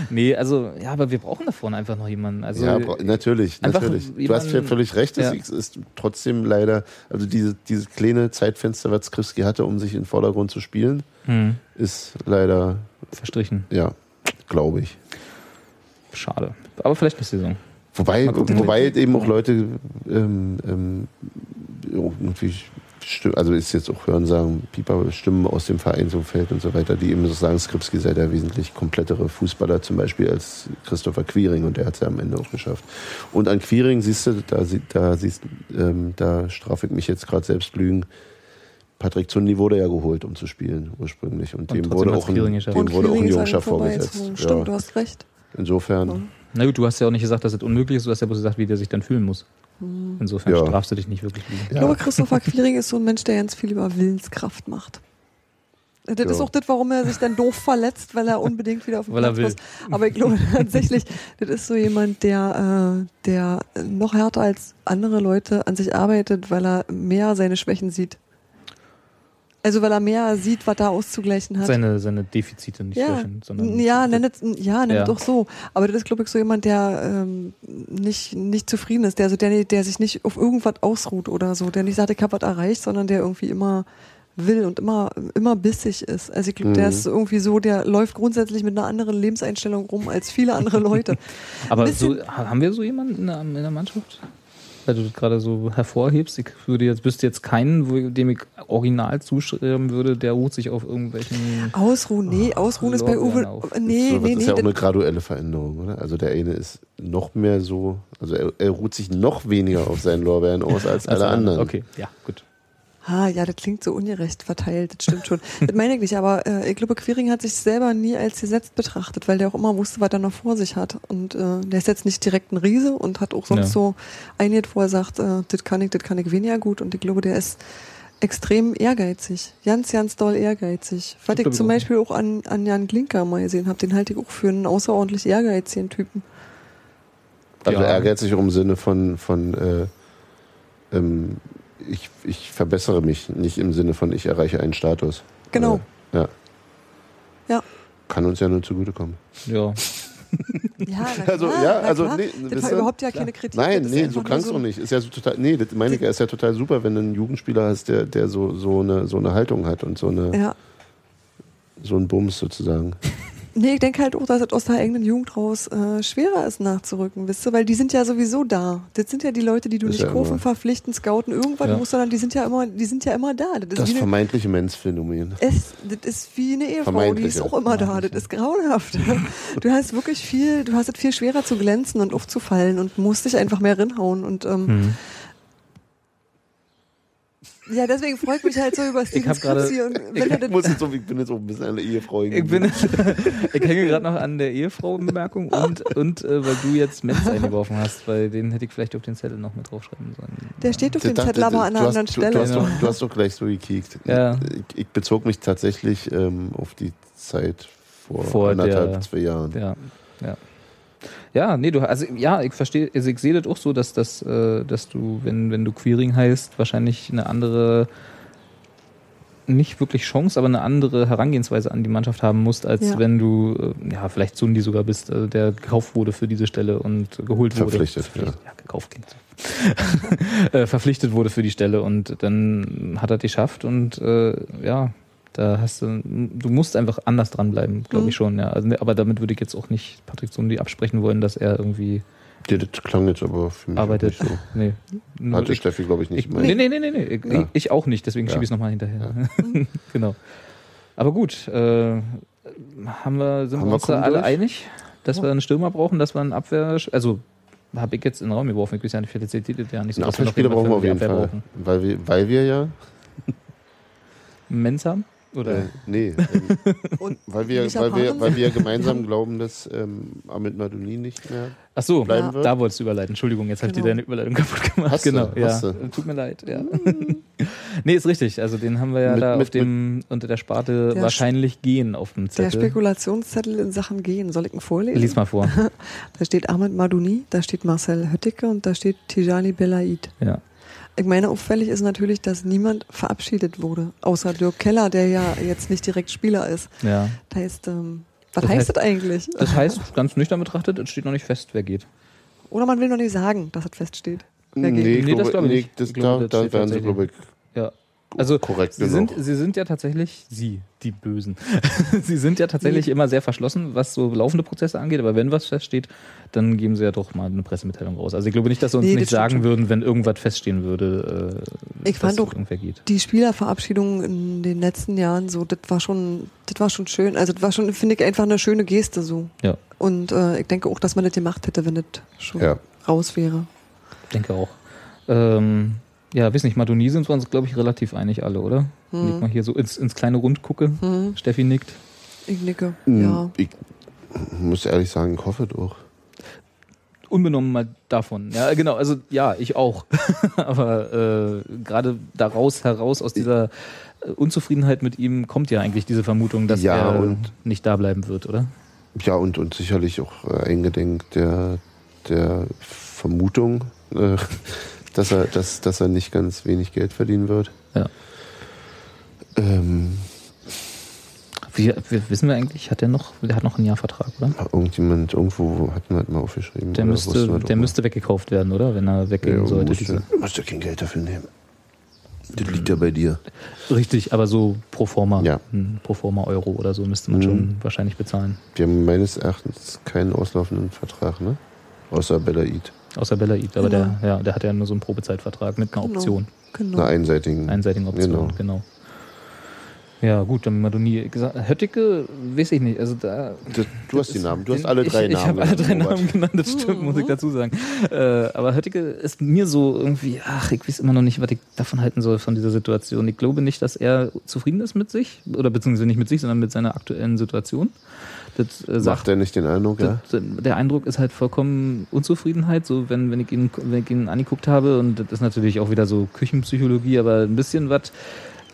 Nee, also, ja, aber wir brauchen da vorne einfach noch jemanden. Also, ja, bra- natürlich, einfach natürlich. Du jemanden- hast ja völlig recht. Es Ja. ist- ist trotzdem leider, also diese, dieses kleine Zeitfenster, was Skripski hatte, um sich in den Vordergrund zu spielen, Hm. ist leider, Verstrichen. ja, glaube ich. Schade. Aber vielleicht eine Saison. Wobei, Mal gucken. wobei eben auch Leute ähm, ähm, irgendwie Stimmen, also ist jetzt auch hören sagen, Pieper Stimmen aus dem Vereinsumfeld und so weiter, die eben so sagen, Skripski sei der wesentlich komplettere Fußballer zum Beispiel als Christopher Quiring und der hat es ja am Ende auch geschafft. Und an Quiring siehst du, da, sie- da siehst, ähm, da strafe ich mich jetzt gerade selbst lügen. Patrick Zundi wurde ja geholt, um zu spielen ursprünglich und, dem trotzdem wurde hat's auch ein, Quiring dem geschafft. Und wurde auch Quiring ein ist Jungschaft an ihm vorgesetzt. vorbeigezogen. ja. Stimmt, du hast recht. Insofern. Na gut, du hast ja auch nicht gesagt, dass es unmöglich ist, du hast ja bloß gesagt, wie der sich dann fühlen muss. Hm. Insofern Ja. strafst du dich nicht wirklich. Liegen. Ich glaube, Christopher Quiring ist so ein Mensch, der ganz viel über Willenskraft macht. Das Ja. ist auch das, warum er sich dann doof verletzt, weil er unbedingt wieder auf den Weil er Platz will. muss. Aber ich glaube tatsächlich, das ist so jemand, der, äh, der noch härter als andere Leute an sich arbeitet, weil er mehr seine Schwächen sieht. Also weil er mehr sieht, was er auszugleichen hat. Seine, seine Defizite nicht ja, Hm, löschen, sondern. ja, ne, nennet, ja, nennet Ja. auch so. Aber das ist, glaube ich, so jemand, der ähm, nicht, nicht zufrieden ist, der, also der, der sich nicht auf irgendwas ausruht oder so, der nicht sagt, ich habe was erreicht, sondern der irgendwie immer will und immer, immer bissig ist. Also ich glaube, der Mhm. ist irgendwie so, der läuft grundsätzlich mit einer anderen Lebenseinstellung rum als viele andere Leute. Aber Ein bisschen- so, ha- haben wir so jemanden in der, in der Mannschaft? Weil du das gerade so hervorhebst, ich würde jetzt, wüsste jetzt keinen, wo, dem ich original zuschreiben würde, der ruht sich auf irgendwelchen. Ausruhen, nee, Ausruhen ist bei Uwe. Lorbeeren auf. Nee, nee, so, das nee. ist ja auch das- eine graduelle Veränderung, oder? Also der eine ist noch mehr so, also er, er ruht sich noch weniger auf seinen Lorbeeren aus als Also, alle anderen. Okay, ja, gut. Ah, ja, das klingt so ungerecht verteilt, das stimmt schon. das meine ich nicht, aber äh, ich glaube, Quiring hat sich selber nie als gesetzt betrachtet, weil der auch immer wusste, was er noch vor sich hat. Und äh, der ist jetzt nicht direkt ein Riese und hat auch sonst Ja. so einiges, wo er sagt, äh, das kann ich, das kann ich weniger gut. Und ich glaube, der ist extrem ehrgeizig. Ganz, ganz doll ehrgeizig. Was Das ich glaub ich zum auch. Beispiel auch an, an Jan Glinker mal gesehen habe, den halte ich auch für einen außerordentlich ehrgeizigen Typen. Also Ja. ehrgeizig auch im Sinne von, von äh, ähm, ich, ich verbessere mich, nicht im Sinne von ich erreiche einen Status. Genau. Äh, ja. Ja. Kann uns ja nur zugutekommen. Ja. Ja, Also, ja, also, klar. nee, das wisst war ihr? überhaupt ja keine Kritik. Nein, das ist nee, einfach so nur klang's doch nicht. Ist ja so total, nee, das meine ich, ja, ist ja total super, wenn du einen Jugendspieler hast, der, der so, so, eine, so eine Haltung hat und so, eine, Ja. Also so einen Bums sozusagen. Nee, ich denke halt auch, dass es aus der eigenen Jugend raus äh, schwerer ist nachzurücken, wisst ihr? Weil die sind ja sowieso da. Das sind ja die Leute, die du Ist nicht ja kaufen, immer. verpflichten, scouten, irgendwann Ja. musst, sondern die sind ja immer, die sind ja immer da. Das ist, Das wie, eine, vermeintliche Mensphänomen. es, das ist wie eine Ehefrau, die Vermeintlich, ist ja. auch immer da. Das ist grauenhaft. Du hast wirklich viel, du hast es viel schwerer zu glänzen und aufzufallen und musst dich einfach mehr rinhauen. Und ähm, Mhm. ja, deswegen freut mich halt so über Steven hab gerade- Scripps hier. Und wenn er Ich, das muss jetzt so, ich bin jetzt auch ein bisschen eine Ehefrau. Ich, bin, ich hänge gerade noch an der Ehefrau-Bemerkung und, und äh, weil du jetzt Menz eingeworfen hast, weil den hätte ich vielleicht auf den Zettel noch mit draufschreiben sollen. Der steht auf Ich dem dachte, Zettel aber an du einer hast- anderen Stelle. Du, du, hast doch, du hast doch gleich so gekiekt. Ja. Ich, ich bezog mich tatsächlich ähm, auf die Zeit vor, Vor anderthalb, der- zwei Jahren. Ja, ja. Ja, nee, du, also ja, ich verstehe, also ich sehe das auch so, dass, dass, äh, dass du, wenn, wenn du Queering heißt, wahrscheinlich eine andere, nicht wirklich Chance, aber eine andere Herangehensweise an die Mannschaft haben musst, als Ja. wenn du, äh, ja, vielleicht Sundi sogar bist, äh, der gekauft wurde für diese Stelle und geholt Verpflichtet, wurde. Ja. ja, gekauft klingt so. äh, verpflichtet wurde für die Stelle und dann hat er die geschafft und äh, ja, da hast du, du musst einfach anders dranbleiben, glaube Mhm. ich schon, ja. Also, ne, aber damit würde ich jetzt auch nicht Patrick Sundi absprechen wollen, dass er irgendwie Ja, das klang jetzt aber für mich arbeitet. nicht so. Nee. Nur Hatte ich- Steffi, glaube ich, nicht ich, gemeint. nee, nee, nee, nee, nee. Ich, Ja. ich auch nicht, deswegen Ja. schiebe ich es nochmal hinterher. genau. Aber gut, äh, haben wir, sind Haben wir wir uns da Kuhn alle durch? einig, dass Ja. wir einen Stürmer brauchen, dass wir einen Abwehr, also habe ich jetzt in den Raum geworfen, ich weiß ja nicht, vielleicht seht ihr das ja nicht so. Einen dass wir noch Abwehrspieler brauchen wir auf jeden jemanden für die Fall. Abwehr Weil wir, weil wir ja. brauchen. Menz haben? Oder? Äh, nee. Ähm, weil, wir, Lisa weil, wir, Paaren? weil wir gemeinsam glauben, dass ähm, Ahmed Madouni nicht mehr. Ach so, bleiben ja. wird. da wolltest du überleiten. Entschuldigung, jetzt habe ich dir Genau. deine Überleitung kaputt gemacht. Hast du, genau, ja. hast du. Tut mir leid. Ja. nee, ist richtig. Also den haben wir ja Mit- da mit- auf dem unter der Sparte Der wahrscheinlich gehen auf dem Der Zettel. Spekulationszettel in Sachen Gehen. Soll ich ihn vorlesen? Lies mal vor. Da steht Ahmed Madouni, da steht Marcel Höttike und da steht Tijani Belaid. ja. Ich meine, auffällig ist natürlich, dass niemand verabschiedet wurde, außer Dirk Keller, der ja jetzt nicht direkt Spieler ist. Ja. Das heißt, ähm, was Das heißt heißt- das eigentlich? Das heißt, ganz nüchtern betrachtet, es steht noch nicht fest, wer geht. Oder man will noch nicht sagen, dass es feststeht. Nee, Wer geht. Nee, ich glaube, das glaube ich nee, nicht. das, Ich glaube, da, das da steht wären sie, tatsächlich. glaube ich, Ja. Also korrekt sie genug. sind, sie sind ja tatsächlich, sie, die Bösen, sie sind ja tatsächlich immer sehr verschlossen, was so laufende Prozesse angeht, aber wenn was feststeht, dann geben sie ja doch mal eine Pressemitteilung raus. Also ich glaube nicht, dass sie uns Nee, das nicht stimmt sagen schon. würden, wenn irgendwas feststehen würde, äh, Ich fand auch irgendwer geht. Die Spielerverabschiedungen in den letzten Jahren, so, das war schon, das war schon schön. Also, das war schon, finde ich, einfach eine schöne Geste, so. Ja, Und äh, ich denke auch, dass man das gemacht hätte, wenn das schon Ja. raus wäre. denke auch. Ähm, ja, weiß nicht, Madoni sind wir uns, glaube ich, relativ einig alle, oder? Hm. Wenn ich mal hier so ins, ins kleine Rund gucke. Hm, Steffi nickt. ich nicke. Hm. Mm, Ja. Ich muss ehrlich sagen, ich hoffe doch. unbenommen mal davon. Ja, genau, also ja, ich auch. Aber äh, gerade daraus heraus aus dieser äh, Unzufriedenheit mit ihm kommt ja eigentlich diese Vermutung, dass Ja, er und- nicht da bleiben wird, oder? Ja, und, und sicherlich auch äh, eingedenk der, der Vermutung, äh, dass, er, dass, dass er nicht ganz wenig Geld verdienen wird. Ja. Ähm, Wie, wie, wissen wir eigentlich, hat er noch, der hat noch einen Jahr Vertrag, oder? irgendjemand irgendwo hat man halt mal aufgeschrieben. Der oder wusste müsste, man doch der mal. müsste weggekauft werden, oder? Wenn er weggehen Ja, sollte. musst du- diese- musst du kein Geld dafür nehmen. Das liegt ja bei dir. Richtig, aber so pro forma, Ja. ein pro forma Euro oder so müsste man Mhm. schon wahrscheinlich bezahlen. Wir haben meines Erachtens keinen auslaufenden Vertrag, ne? Außer Belaid. Außer Bellaid, aber Genau. der, ja, der hat ja nur so einen Probezeitvertrag mit einer Genau. Option. Genau. Einer einseitigen. einseitigen Option, genau. Genau. Ja, gut, dann Madoni gesagt. Höttike, weiß ich nicht. Also da. Das- Du hast die Namen, du hast alle Ich- drei ich, Namen. habe alle drei genannt, Robert. Namen genannt, das stimmt, muss ich dazu sagen. Äh, aber Höttike ist mir so irgendwie, ach, ich weiß immer noch nicht, was ich davon halten soll von dieser Situation. Ich glaube nicht, dass er zufrieden ist mit sich, oder beziehungsweise nicht mit sich, sondern mit seiner aktuellen Situation. Das äh, sagt Macht er nicht den Eindruck, ja? das- Der Eindruck ist halt vollkommen Unzufriedenheit, so wenn, wenn, ich ihn, wenn ich ihn angeguckt habe und das ist natürlich auch wieder so Küchenpsychologie, aber ein bisschen was,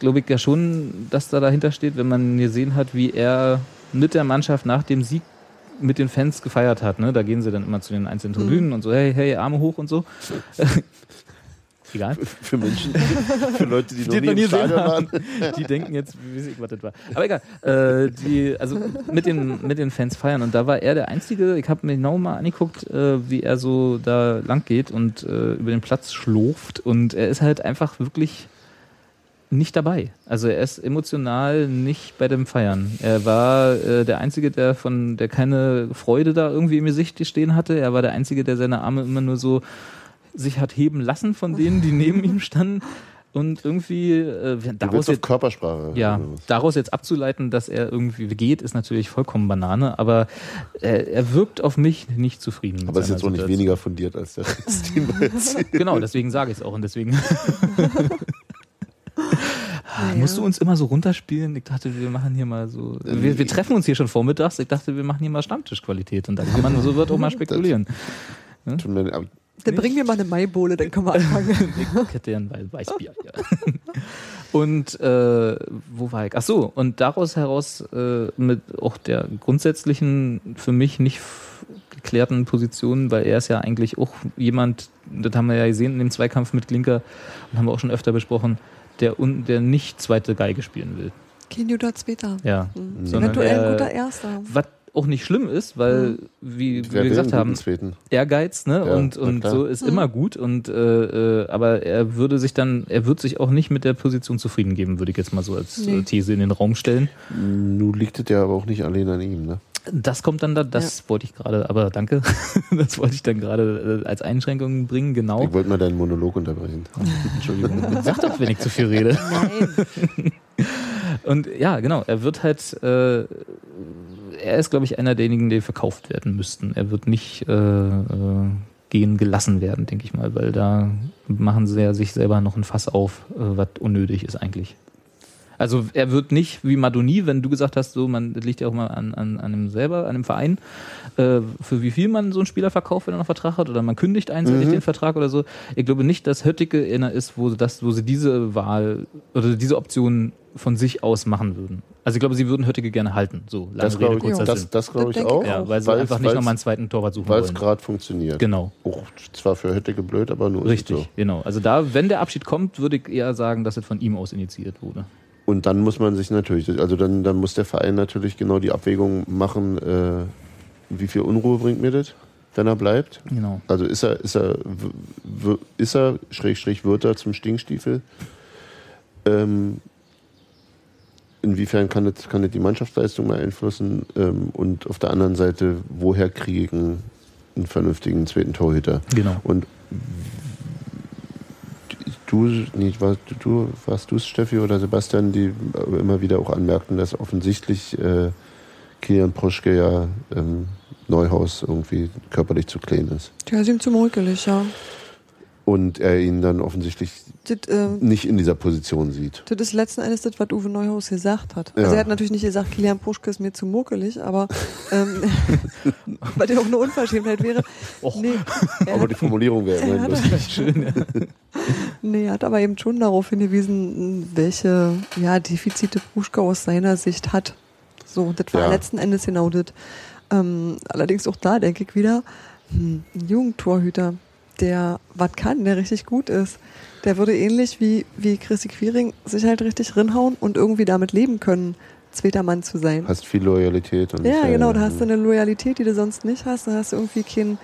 glaube ich ja schon, dass da dahinter steht, wenn man gesehen hat, wie er mit der Mannschaft nach dem Sieg mit den Fans gefeiert hat. Ne? Da gehen sie dann immer zu den einzelnen Tribünen und so, hey, hey, Arme hoch und so. Egal. Für Menschen, für Leute, die noch nie noch nie im Stadion gesehen waren. Die denken jetzt, wie weiß ich, was das war. Aber egal. Äh, die, also mit den, mit den Fans feiern. Und da war er der Einzige, ich habe mir genau mal angeguckt, äh, wie er so da lang geht und äh, über den Platz schlurft. Und er ist halt einfach wirklich nicht dabei. Also er ist emotional nicht bei dem Feiern. Er war äh, der Einzige, der von, der keine Freude da irgendwie im Gesicht stehen hatte. Er war der Einzige, der seine Arme immer nur so sich hat heben lassen von denen, die neben ihm standen. Und irgendwie äh, daraus willst auf Körpersprache. Ja, oder was? daraus jetzt abzuleiten, dass er irgendwie geht, ist natürlich vollkommen Banane, aber er, er wirkt auf mich nicht zufrieden. mit Aber es ist seiner jetzt auch nicht Situation. weniger fundiert als der Rest, den wir jetzt sehen. Genau, deswegen sage ich es auch und deswegen. Ah, Musst du uns immer so runterspielen? Ich dachte, wir machen hier mal so. Äh, Wir, wir treffen uns hier schon vormittags. Ich dachte, wir machen hier mal Stammtischqualität und dann kann man so wird auch mal spekulieren. Ne? Dann bringen wir mal eine Maibohle, dann können wir anfangen. Ich hätte ja ein Wei- Weißbier. Ja. Und äh, wo war ich? Ach so, und daraus heraus äh, mit auch der grundsätzlichen, für mich nicht f- geklärten Position, weil er ist ja eigentlich auch jemand, das haben wir ja gesehen in dem Zweikampf mit Klinker und haben wir auch schon öfter besprochen, der, un, der nicht zweite Geige spielen will. Kein guter Zweiter. Ja. Mhm. Sondern Eventuell er- ein guter Mhm. Erster. Was auch nicht schlimm ist, weil, wie, wie Wer wir will gesagt einen haben, guten Zweiten? Ehrgeiz, ne? Ja, und na und klar. so ist Mhm. immer gut. Und äh, äh, aber er würde sich dann, er wird sich auch nicht mit der Position zufrieden geben, würde ich jetzt mal so als Nee. äh, These in den Raum stellen. Nun liegt es ja aber auch nicht allein an ihm, ne? Das kommt dann da, das wollte ich gerade, aber danke. Das wollte ich dann gerade äh, als Einschränkung bringen, genau. Ich wollte mal deinen Monolog unterbrechen. Entschuldigung. Sag doch, wenn ich zu viel rede. Und ja, genau, er wird halt, äh, er ist, glaube ich, einer derjenigen, die verkauft werden müssten. Er wird nicht äh, äh, gehen gelassen werden, denke ich mal, weil da machen sie ja sich selber noch ein Fass auf, äh, was unnötig ist eigentlich. Also er wird nicht wie Madoni, wenn du gesagt hast, so man das liegt ja auch mal an, an, an einem selber, an dem Verein, äh, für wie viel man so einen Spieler verkauft, wenn er noch Vertrag hat, oder man kündigt einseitig Mhm. den Vertrag oder so. Ich glaube nicht, dass Hötticke einer ist, wo sie das, wo sie diese Wahl oder diese Option von sich aus machen würden. Also ich glaube, sie würden Hötticke gerne halten. So, lange Das glaube Rede, ich, kurzer das, Sinn. das glaube ich auch. Ja, weil sie Weil's- einfach nicht weil's- nochmal einen zweiten Torwart suchen Weil es wollen. gerade funktioniert. Genau. Auch zwar für Hötticke blöd, aber nur ist es Richtig, so. genau. Also da, wenn der Abschied kommt, würde ich eher sagen, dass es von ihm aus initiiert wurde. Und dann muss man sich natürlich, also dann, dann muss der Verein natürlich genau die Abwägung machen, äh, wie viel Unruhe bringt mir das, wenn er bleibt. Genau. Also ist er, ist er, w- w- ist er, Schrägstrich, wird er zum Stinkstiefel? Ähm, inwiefern kann das, kann das die Mannschaftsleistung beeinflussen? Ähm, und auf der anderen Seite, woher kriegen einen vernünftigen zweiten Torhüter? Genau. Und du, nee, war, du, warst du es, Steffi oder Sebastian, die immer wieder auch anmerkten, dass offensichtlich äh, Kilian Proschke ja ähm, Neuhaus irgendwie körperlich zu klein ist. Der ist ihm zu muckelig, ja. Und er ihn dann offensichtlich Das, ähm, nicht in dieser Position sieht. Das ist letzten Endes das, was Uwe Neuhaus gesagt hat. Ja. Also er hat natürlich nicht gesagt, Kilian Puschke ist mir zu muckelig, aber ähm, weil der auch eine Unverschämtheit wäre. Nee, er Aber hat, die Formulierung wäre Ja, immerhin das lustig. nee, er hat aber eben schon darauf hingewiesen, welche ja, Defizite Puschke aus seiner Sicht hat. So, das war Ja. letzten Endes genau das. Ähm, allerdings auch da denke ich wieder, hm, ein Jugendtorhüter, der was kann, der richtig gut ist, der würde ähnlich wie, wie Chrissy Quiring sich halt richtig rinhauen und irgendwie damit leben können, zweiter Mann zu sein. Hast viel Loyalität. Und Ja, äh, genau, da hast du eine Loyalität, die du sonst nicht hast, da hast du irgendwie keinen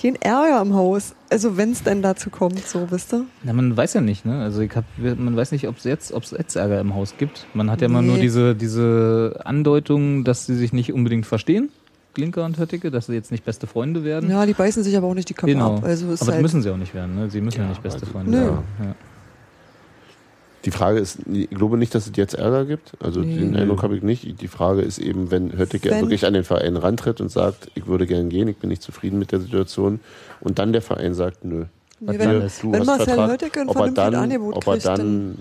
kein Ärger im Haus. Also wenn es denn dazu kommt, so, wisst ihr? Na, man weiß ja nicht, ne? Also ich hab, man weiß nicht, ob es jetzt, ob's jetzt Ärger im Haus gibt. Man hat ja immer Nee. nur diese, diese Andeutung, dass sie sich nicht unbedingt verstehen, Glinker und Hötticke, dass sie jetzt nicht beste Freunde werden. Ja, die beißen sich aber auch nicht die Köpfe genau. ab. Also ist Aber das halt, müssen sie auch nicht werden, ne? Sie müssen ja, nicht beste Freunde Nö. werden. Ja. Die Frage ist, ich glaube nicht, dass es jetzt Ärger gibt. Also Nee. den Nö. Eindruck habe ich nicht. Die Frage ist eben, wenn Höttike Wenn- wirklich an den Verein rantritt und sagt, ich würde gern gehen, ich bin nicht zufrieden mit der Situation. Und dann der Verein sagt, nö. Nee, Hier, wenn- du wenn hast Marcel Vertrag. Höttike ein Ob er vernünftiges dann, Angebot ob er kriegt, dann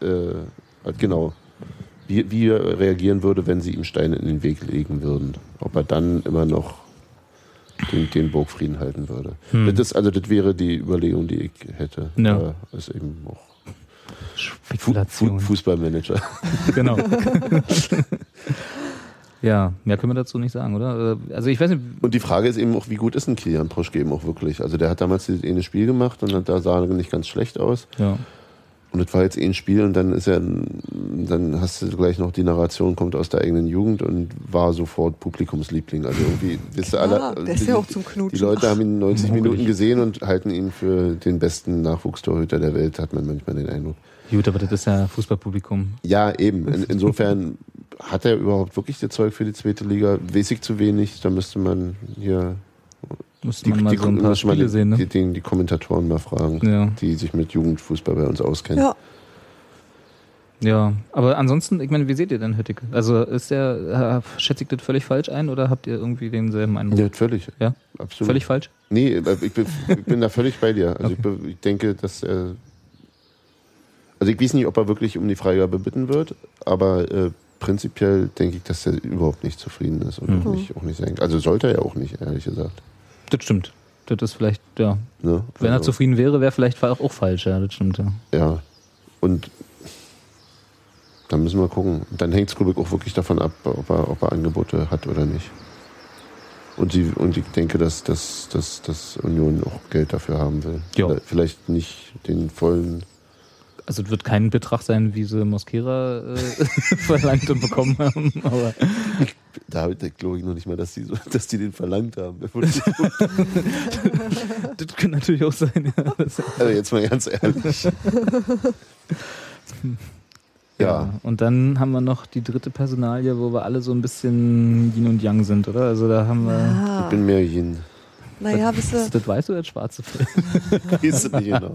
äh, genau, wie, wie er reagieren würde, wenn sie ihm Steine in den Weg legen würden. Ob er dann immer noch den, den Burgfrieden halten würde. Hm. Das, ist- also das wäre die Überlegung, die ich hätte. Ja. Aber ist eben auch Fu Fu Fußballmanager. Genau. ja, mehr können wir dazu nicht sagen, oder? Äh, Also ich weiß nicht, Und die Frage ist eben auch, wie gut ist ein Kilian Proschke eben auch wirklich? Also der hat damals dieses eine Spiel gemacht und hat da sah er nicht ganz schlecht aus. Ja. Und das war jetzt eh ein Spiel und dann ist er dann hast du gleich noch die Narration, kommt aus der eigenen Jugend und war sofort Publikumsliebling. Also irgendwie, wisst ihr Klar, alle, Ah, der ist die, ja auch zum Knutschen. die Leute haben ihn 90 Ach, Minuten wirklich. gesehen und halten ihn für den besten Nachwuchstorhüter der Welt, hat man manchmal den Eindruck. Gut, aber das ist ja Fußballpublikum. Ja, eben. In, insofern hat er überhaupt wirklich das Zeug für die zweite Liga? Weiß ich zu wenig, da müsste man hier Müsste man mal so ein paar müsste man Spiele die, sehen, ne? die, die, die Kommentatoren mal fragen, Ja. die sich mit Jugendfußball bei uns auskennen. Ja. Ja, aber ansonsten, ich meine, wie seht ihr denn Hüttig? Also ist der, äh, schätze ich das völlig falsch ein oder habt ihr irgendwie denselben Eindruck? Ja, völlig. Ja? Absolut. Völlig falsch? Nee, äh, ich bin, ich bin da völlig bei dir. Also ich, be- ich denke, dass er. Also ich weiß nicht, ob er wirklich um die Freigabe bitten wird, aber äh, prinzipiell denke ich, dass er überhaupt nicht zufrieden ist und Mhm. auch, nicht, auch nicht sein Also sollte er ja auch nicht, ehrlich gesagt. Das stimmt. Das ist vielleicht, ja. Ne? Wenn er Also- zufrieden wäre, wäre vielleicht auch, auch falsch, ja, das stimmt, ja. Ja. Und dann müssen wir gucken. Dann hängt es, glaube ich, auch wirklich davon ab, ob er, ob er Angebote hat oder nicht. Und, die, und ich denke, dass, dass, dass, dass Union auch Geld dafür haben will. Ja. Vielleicht- Vielleicht nicht den vollen. Also es wird kein Betrag sein, wie sie Mosquera äh, verlangt und bekommen haben, aber Da habe ich, glaube ich, noch nicht mal, dass die, so, dass die den verlangt haben. das könnte natürlich auch sein, ja. Das- also jetzt mal ganz ehrlich. Ja. Und dann haben wir noch die dritte Personalie, wo wir alle so ein bisschen Yin und Yang sind, oder? Also da haben wir. Ja. Ich bin mehr Yin. Ah, Naja, das, wisst ihr- halt das weißt du, das schwarze Fell. Ist das nicht genau.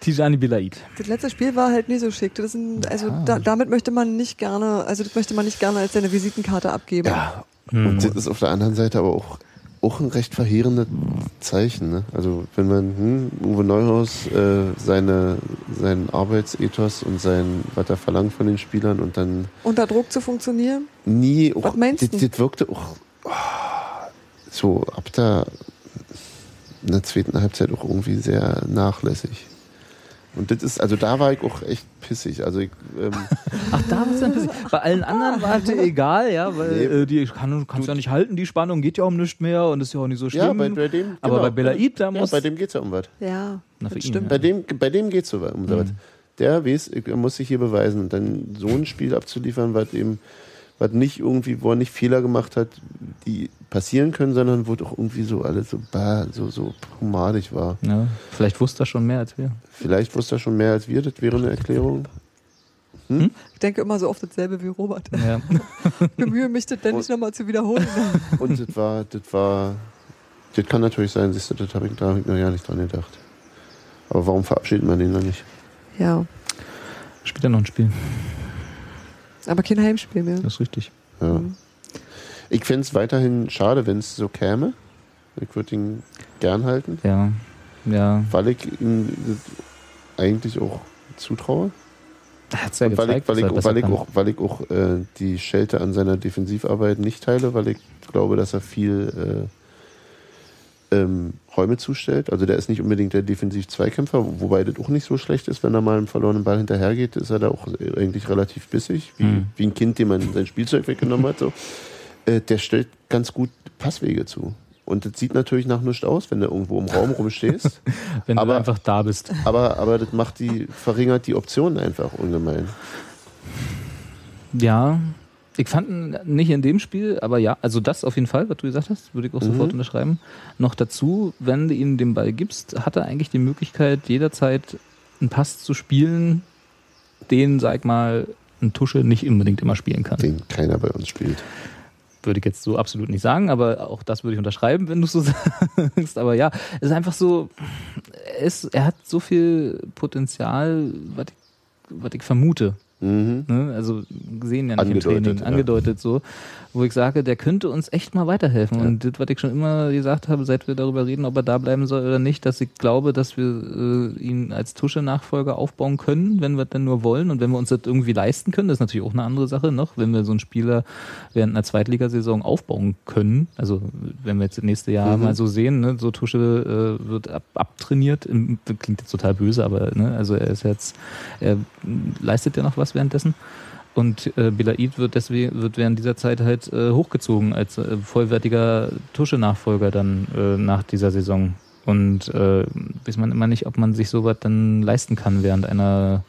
Tijani Bilaid. Das letzte Spiel war halt nicht so schick. Das sind, also Ja. da, damit möchte man nicht gerne, also das möchte man nicht gerne als seine Visitenkarte abgeben. Ja, Hm. Und das ist auf der anderen Seite aber auch, auch ein recht verheerendes Zeichen. Ne? Also wenn man hm, Uwe Neuhaus äh, seine, seinen Arbeitsethos und sein, was er verlangt von den Spielern und dann Unter Druck zu funktionieren. nie... Auch, Was meinst das, du? das wirkte auch oh, so ab der, in der zweiten Halbzeit auch irgendwie sehr nachlässig. Und das ist, also da war ich auch echt pissig. Also ich, ähm, Ach, da war es ein bisschen. Bei allen anderen war es dir egal, ja, weil äh, die kann, kannst ja nicht halten, die Spannung geht ja um nichts mehr und ist ja auch nicht so schlimm. ja, bei, bei dem. Aber genau. bei Belaid, da ja, muss. Bei dem geht es ja um was. Ja, Na, für das ihn, stimmt. Bei dem, bei dem geht es so weit. Um sowas. Der weiß, ich- er muss sich hier beweisen. Und dann so ein Spiel abzuliefern, was eben, was nicht irgendwie, wo er nicht Fehler gemacht hat, die passieren können, sondern wo doch irgendwie so alles so, bah, so, so pomadig war. ja, vielleicht wusste er schon mehr als wir. Vielleicht wusste er schon mehr als wir, das wäre eine Erklärung. Hm? Ich denke immer so oft dasselbe wie Robert. Ja. Ich bemühe mich, das denn nicht nochmal zu wiederholen. Und das war, das war, das kann natürlich sein, siehst du, das habe ich, da hab ich noch ja nicht dran gedacht. Aber warum verabschiedet man den dann nicht? Ja, Spielt er noch ein Spiel? aber kein Heimspiel mehr. Das ist richtig. Ja. Ich fände es weiterhin schade, wenn es so käme. Ich würde ihn gern halten. Ja. Ja. Weil ich ihm das eigentlich auch zutraue. Hat's ja Und weil, gezeigt, ich, weil, ich, dass er besser weil, ich kann. auch, weil ich auch äh, die Schelte an seiner Defensivarbeit nicht teile, weil ich glaube, dass er viel äh, ähm, Räume zustellt. Also der ist nicht unbedingt der Defensiv-Zweikämpfer, wobei das auch nicht so schlecht ist, wenn er mal einen verlorenen Ball hinterhergeht, ist er da auch eigentlich relativ bissig, wie, Mhm. wie ein Kind, dem man sein Spielzeug weggenommen hat. So. Äh, der stellt ganz gut Passwege zu. Und das sieht natürlich nach nichts aus, wenn du irgendwo im Raum rumstehst. Wenn aber- du einfach da bist. Aber, aber das macht die, verringert die Optionen einfach ungemein. Ja, ich fand ihn nicht in dem Spiel, aber ja, also das auf jeden Fall, was du gesagt hast, würde ich auch Mhm. sofort unterschreiben. Noch dazu, wenn du ihm den Ball gibst, hat er eigentlich die Möglichkeit, jederzeit einen Pass zu spielen, den, sag ich mal, ein Tusche nicht unbedingt immer spielen kann. Den keiner bei uns spielt. Würde ich jetzt so absolut nicht sagen, aber auch das würde ich unterschreiben, wenn du es so sagst. Aber ja, es ist einfach so, er, ist, er hat so viel Potenzial, was ich, was ich vermute. Mhm. Ne? Also gesehen ja nicht im Angedeutet, Training, ja. angedeutet so, wo ich sage, der könnte uns echt mal weiterhelfen. Und das, was ich schon immer gesagt habe, seit wir darüber reden, ob er da bleiben soll oder nicht, dass ich glaube, dass wir äh, ihn als Tusche-Nachfolger aufbauen können, wenn wir denn nur wollen und wenn wir uns das irgendwie leisten können, das ist natürlich auch eine andere Sache noch, wenn wir so einen Spieler während einer Zweitligasaison aufbauen können. Also wenn wir jetzt das nächste Jahr Mhm. mal so sehen, ne? so Tusche äh, wird ab, abtrainiert, Im- klingt jetzt total böse, aber ne? also er ist jetzt, er m, leistet ja noch was währenddessen. Und äh, Belaid wird deswegen wird während dieser Zeit halt äh, hochgezogen als äh, vollwertiger Tusche-Nachfolger dann äh, nach dieser Saison. Und äh, weiß man immer nicht, ob man sich sowas dann leisten kann während einer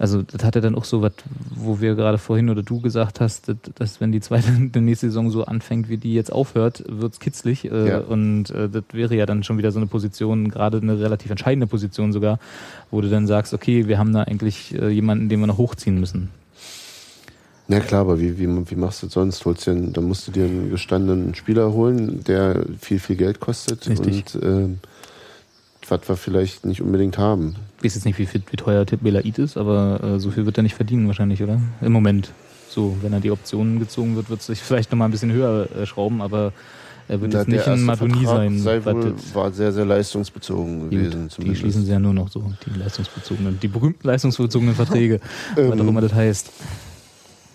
Also das hat er dann auch so was, wo wir gerade vorhin oder du gesagt hast, dass, dass wenn die zweite, die nächste Saison so anfängt, wie die jetzt aufhört, wird's kitzlig. Äh, Ja. Und äh, das wäre ja dann schon wieder so eine Position, gerade eine relativ entscheidende Position sogar, wo du dann sagst, okay, wir haben da eigentlich äh, jemanden, den wir noch hochziehen müssen. Na klar, aber wie, wie, wie machst du das sonst? Holst dir einen, dann musst du dir einen gestandenen Spieler holen, der viel, viel Geld kostet Richtig. und ähm, was wir vielleicht nicht unbedingt haben. Ich weiß jetzt nicht, wie, viel, wie teuer Tipp Belaid ist, aber äh, so viel wird er nicht verdienen wahrscheinlich, oder? Im Moment. So, wenn er die Optionen gezogen wird, wird es sich vielleicht nochmal ein bisschen höher äh, schrauben, aber er wird Na, jetzt der nicht ein erste Matoni Vertrag sein. Sei was wohl, jetzt- war sehr, sehr leistungsbezogen gewesen. Gut, die schließen sie ja nur noch so, die leistungsbezogenen, die berühmten leistungsbezogenen Verträge, was auch Ähm. immer das heißt.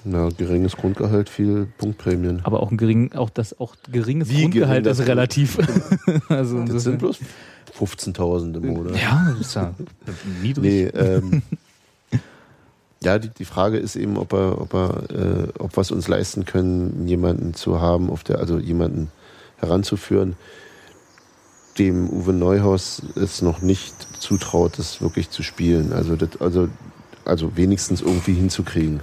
Na, geringes Grundgehalt, viel Punktprämien. Aber auch ein gering, auch das auch geringes Wie Grundgehalt gering das ist relativ. also Das insofern- sind bloß 15.000 im Monat. Ja, das ist ja niedrig. Nee, ähm, ja, die, die Frage ist eben, ob, er, ob, er, äh, ob wir es uns leisten können, jemanden zu haben, auf der, also jemanden heranzuführen, dem Uwe Neuhaus es noch nicht zutraut, das wirklich zu spielen. Also, das, also, also wenigstens irgendwie hinzukriegen.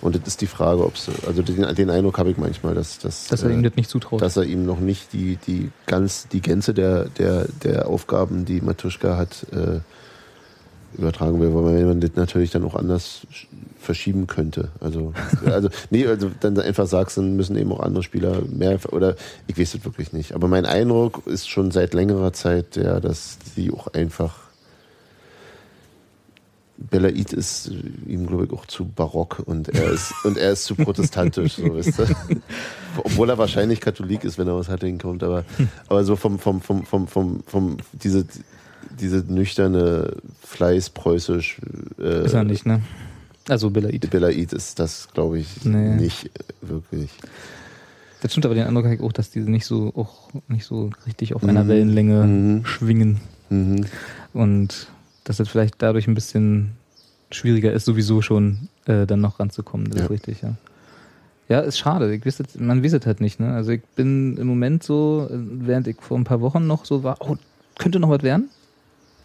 Und das ist die Frage, ob es, also den, den Eindruck habe ich manchmal, dass, dass, äh, Dass er ihm das nicht zutraut. Dass er ihm noch nicht die, die, ganz, die Gänze der, der, der Aufgaben, die Matuschka hat, äh, übertragen wäre, weil man das natürlich dann auch anders sch- verschieben könnte. Also, also nee, also dann einfach sagst, dann müssen eben auch andere Spieler mehr oder ich weiß das wirklich nicht. Aber mein Eindruck ist schon seit längerer Zeit der, dass die auch einfach Belaid ist äh, ihm, glaube ich, auch zu barock und er ist und er ist zu protestantisch, so weißt du. Obwohl er wahrscheinlich Katholik ist, wenn er aus Hattingen kommt, aber, aber so vom, vom, vom, vom, vom, vom diese, diese nüchterne Fleiß preußisch äh, ist er nicht, ne? Also Belaid. Belaid ist das, glaube ich, Nee. nicht äh, wirklich. Das stimmt aber den Eindruck habe ich auch, dass diese nicht so auch nicht so richtig auf einer Mhm. Wellenlänge schwingen. Mhm. Und dass das vielleicht dadurch ein bisschen schwieriger ist, sowieso schon äh, dann noch ranzukommen. Das ist Ja. richtig, ja. Ja, ist schade. Ich weiß jetzt, man weiß es halt nicht. Ne? Also ich bin im Moment so, äh, während ich vor ein paar Wochen noch so war, oh, könnte noch was werden,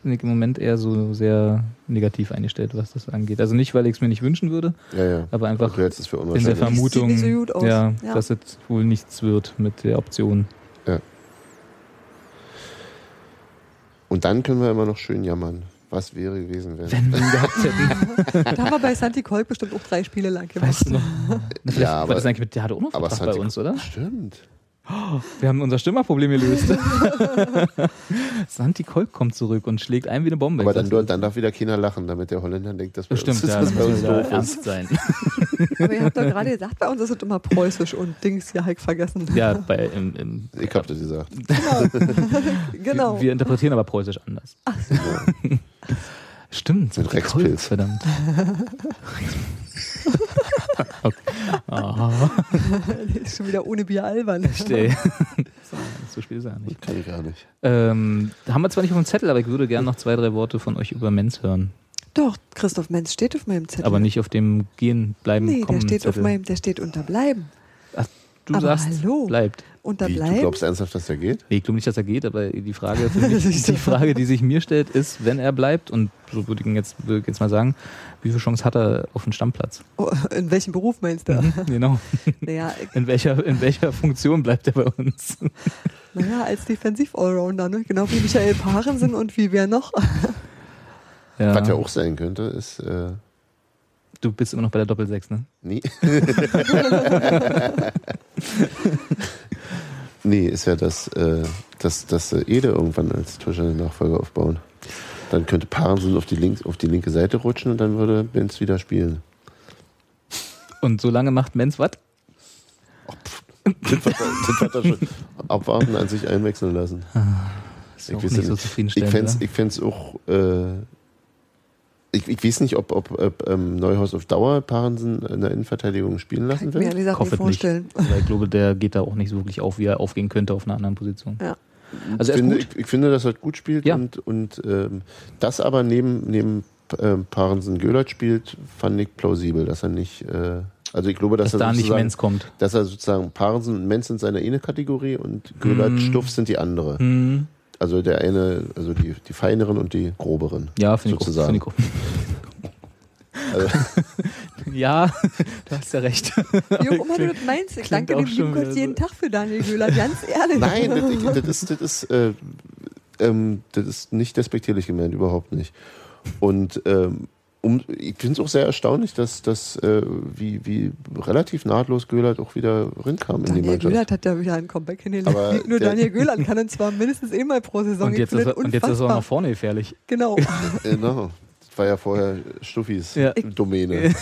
bin ich im Moment eher so sehr negativ eingestellt, was das angeht. Also nicht, weil ich es mir nicht wünschen würde, Ja, ja. aber einfach Du hältst es für in der unwahrscheinlich. Vermutung, Sieht nicht so gut aus. Ja, Ja. dass es wohl nichts wird mit der Option. Und dann können wir immer noch schön jammern. Was wäre gewesen, wenn. Wenn wir ihn gehabt hätten, Da haben wir bei Santi Kolk bestimmt auch drei Spiele lang gemacht. weißt du noch. Vielleicht Ja, aber- war das eigentlich mit der hatte auch noch aber Vertrag Santi- bei uns, oder? Stimmt. Wir haben unser Stürmerproblem gelöst. Santi Kolk kommt zurück und schlägt ein wie eine Bombe. Aber dann, Ich sag- dann darf wieder keiner lachen, damit der Holländer denkt, dass bei Stimmt, uns, ja, dass dann bei müssen uns wir da doof ist. ernst sein. Aber ihr habt doch gerade gesagt, bei uns ist es immer preußisch und Dings, ja, hab ich vergessen. Ja, bei, im, im, Ich hab das gesagt. genau. Wir, wir interpretieren aber preußisch anders. Ach so. Stimmt. Mit Santi Rexpilz. Kolk, Verdammt. okay. Aha, ist schon wieder ohne Bier albern. stell. so spielt es ja nicht. Kann ich gar nicht. Ähm, haben wir zwar nicht auf dem Zettel, aber ich würde gerne noch zwei, drei Worte von euch über Menz hören. Doch, Christoph Menz steht auf meinem Zettel. Aber nicht auf dem Gehen, Bleiben, Hm, Nee, der Kommen. steht, auf Zettel. meinem, der steht unter Bleiben. Ach, du Aber sagst, hallo. bleibt. Unter Wie, du Bleiben? glaubst ernsthaft, dass der geht? Nee, ich glaube nicht, dass er geht, aber die Frage, für mich, die Frage, die sich mir stellt, ist, wenn er bleibt, und so würde ich ihn jetzt, würde ich jetzt mal sagen, wie viel Chance hat er auf den Stammplatz? Oh, in welchem Beruf meinst du? Genau. Naja, ich- In welcher, in welcher Funktion bleibt er bei uns? naja, als Defensiv-Allrounder, ne? genau wie Michael Parensen und wie wer noch. Ja. Was ja auch sein könnte, ist. Äh, Du bist immer noch bei der Doppelsechs, ne? nee. nee, ist ja, dass, äh, dass, dass äh, Ede irgendwann als Torschütze-Nachfolger aufbauen. Dann könnte Parensen auf die, links, auf die linke Seite rutschen und dann würde Benz wieder spielen. Und so lange macht Menz was? Das wird er- das wird er schon abwarten, als sich einwechseln lassen. Ah, Ist ja auch weiß nicht so nicht. Ich zufriedenstellend. fänd's, oder? ich fänd's auch. Äh, ich, ich weiß nicht, ob, ob, ob ähm, Neuhaus auf Dauer Parensen in der Innenverteidigung spielen Kann lassen ich mir will. ehrlich gesagt nicht Koffer nicht. vorstellen. Weil ich glaube, der geht da auch nicht so wirklich auf, wie er aufgehen könnte auf einer anderen Position. Ja. Also er ist finde, gut. ich, ich finde, dass er gut spielt Ja. und, und ähm, das aber neben, neben ähm, Parensen Gölert spielt, fand ich plausibel, dass er nicht. Äh, also ich glaube, dass, dass er da nicht sozusagen- Menz kommt. dass er sozusagen Parensen und Menz sind seine eine Kategorie und Gölert Hm. Stuff sind die andere. Hm. Also der eine, also die, die feineren und die groberen. Ja, finde ich, auch- Sozusagen. finde ich auch. Also, ja, du hast ja recht. Wie auch immer du das meinst, ich danke dem lieben Gott jeden Tag für Daniel Göhler, ganz ehrlich. Nein, das, ich, das ist, das ist, äh, ähm, das ist nicht despektierlich gemeint, überhaupt nicht. Und ähm, um, ich finde es auch sehr erstaunlich, dass das äh, wie, wie relativ nahtlos Göhlert auch wieder rinkam in die Daniel Mannschaft. Göhlert hat ja wieder einen Comeback hingelegt. Aber Nicht nur der- Daniel Göhlert kann und zwar mindestens einmal pro Saison. Und Ich jetzt, finde ist das er, und jetzt ist er auch unfassbar. nach vorne gefährlich. Genau. Genau. Das war ja vorher Stuffis Ja. Domäne.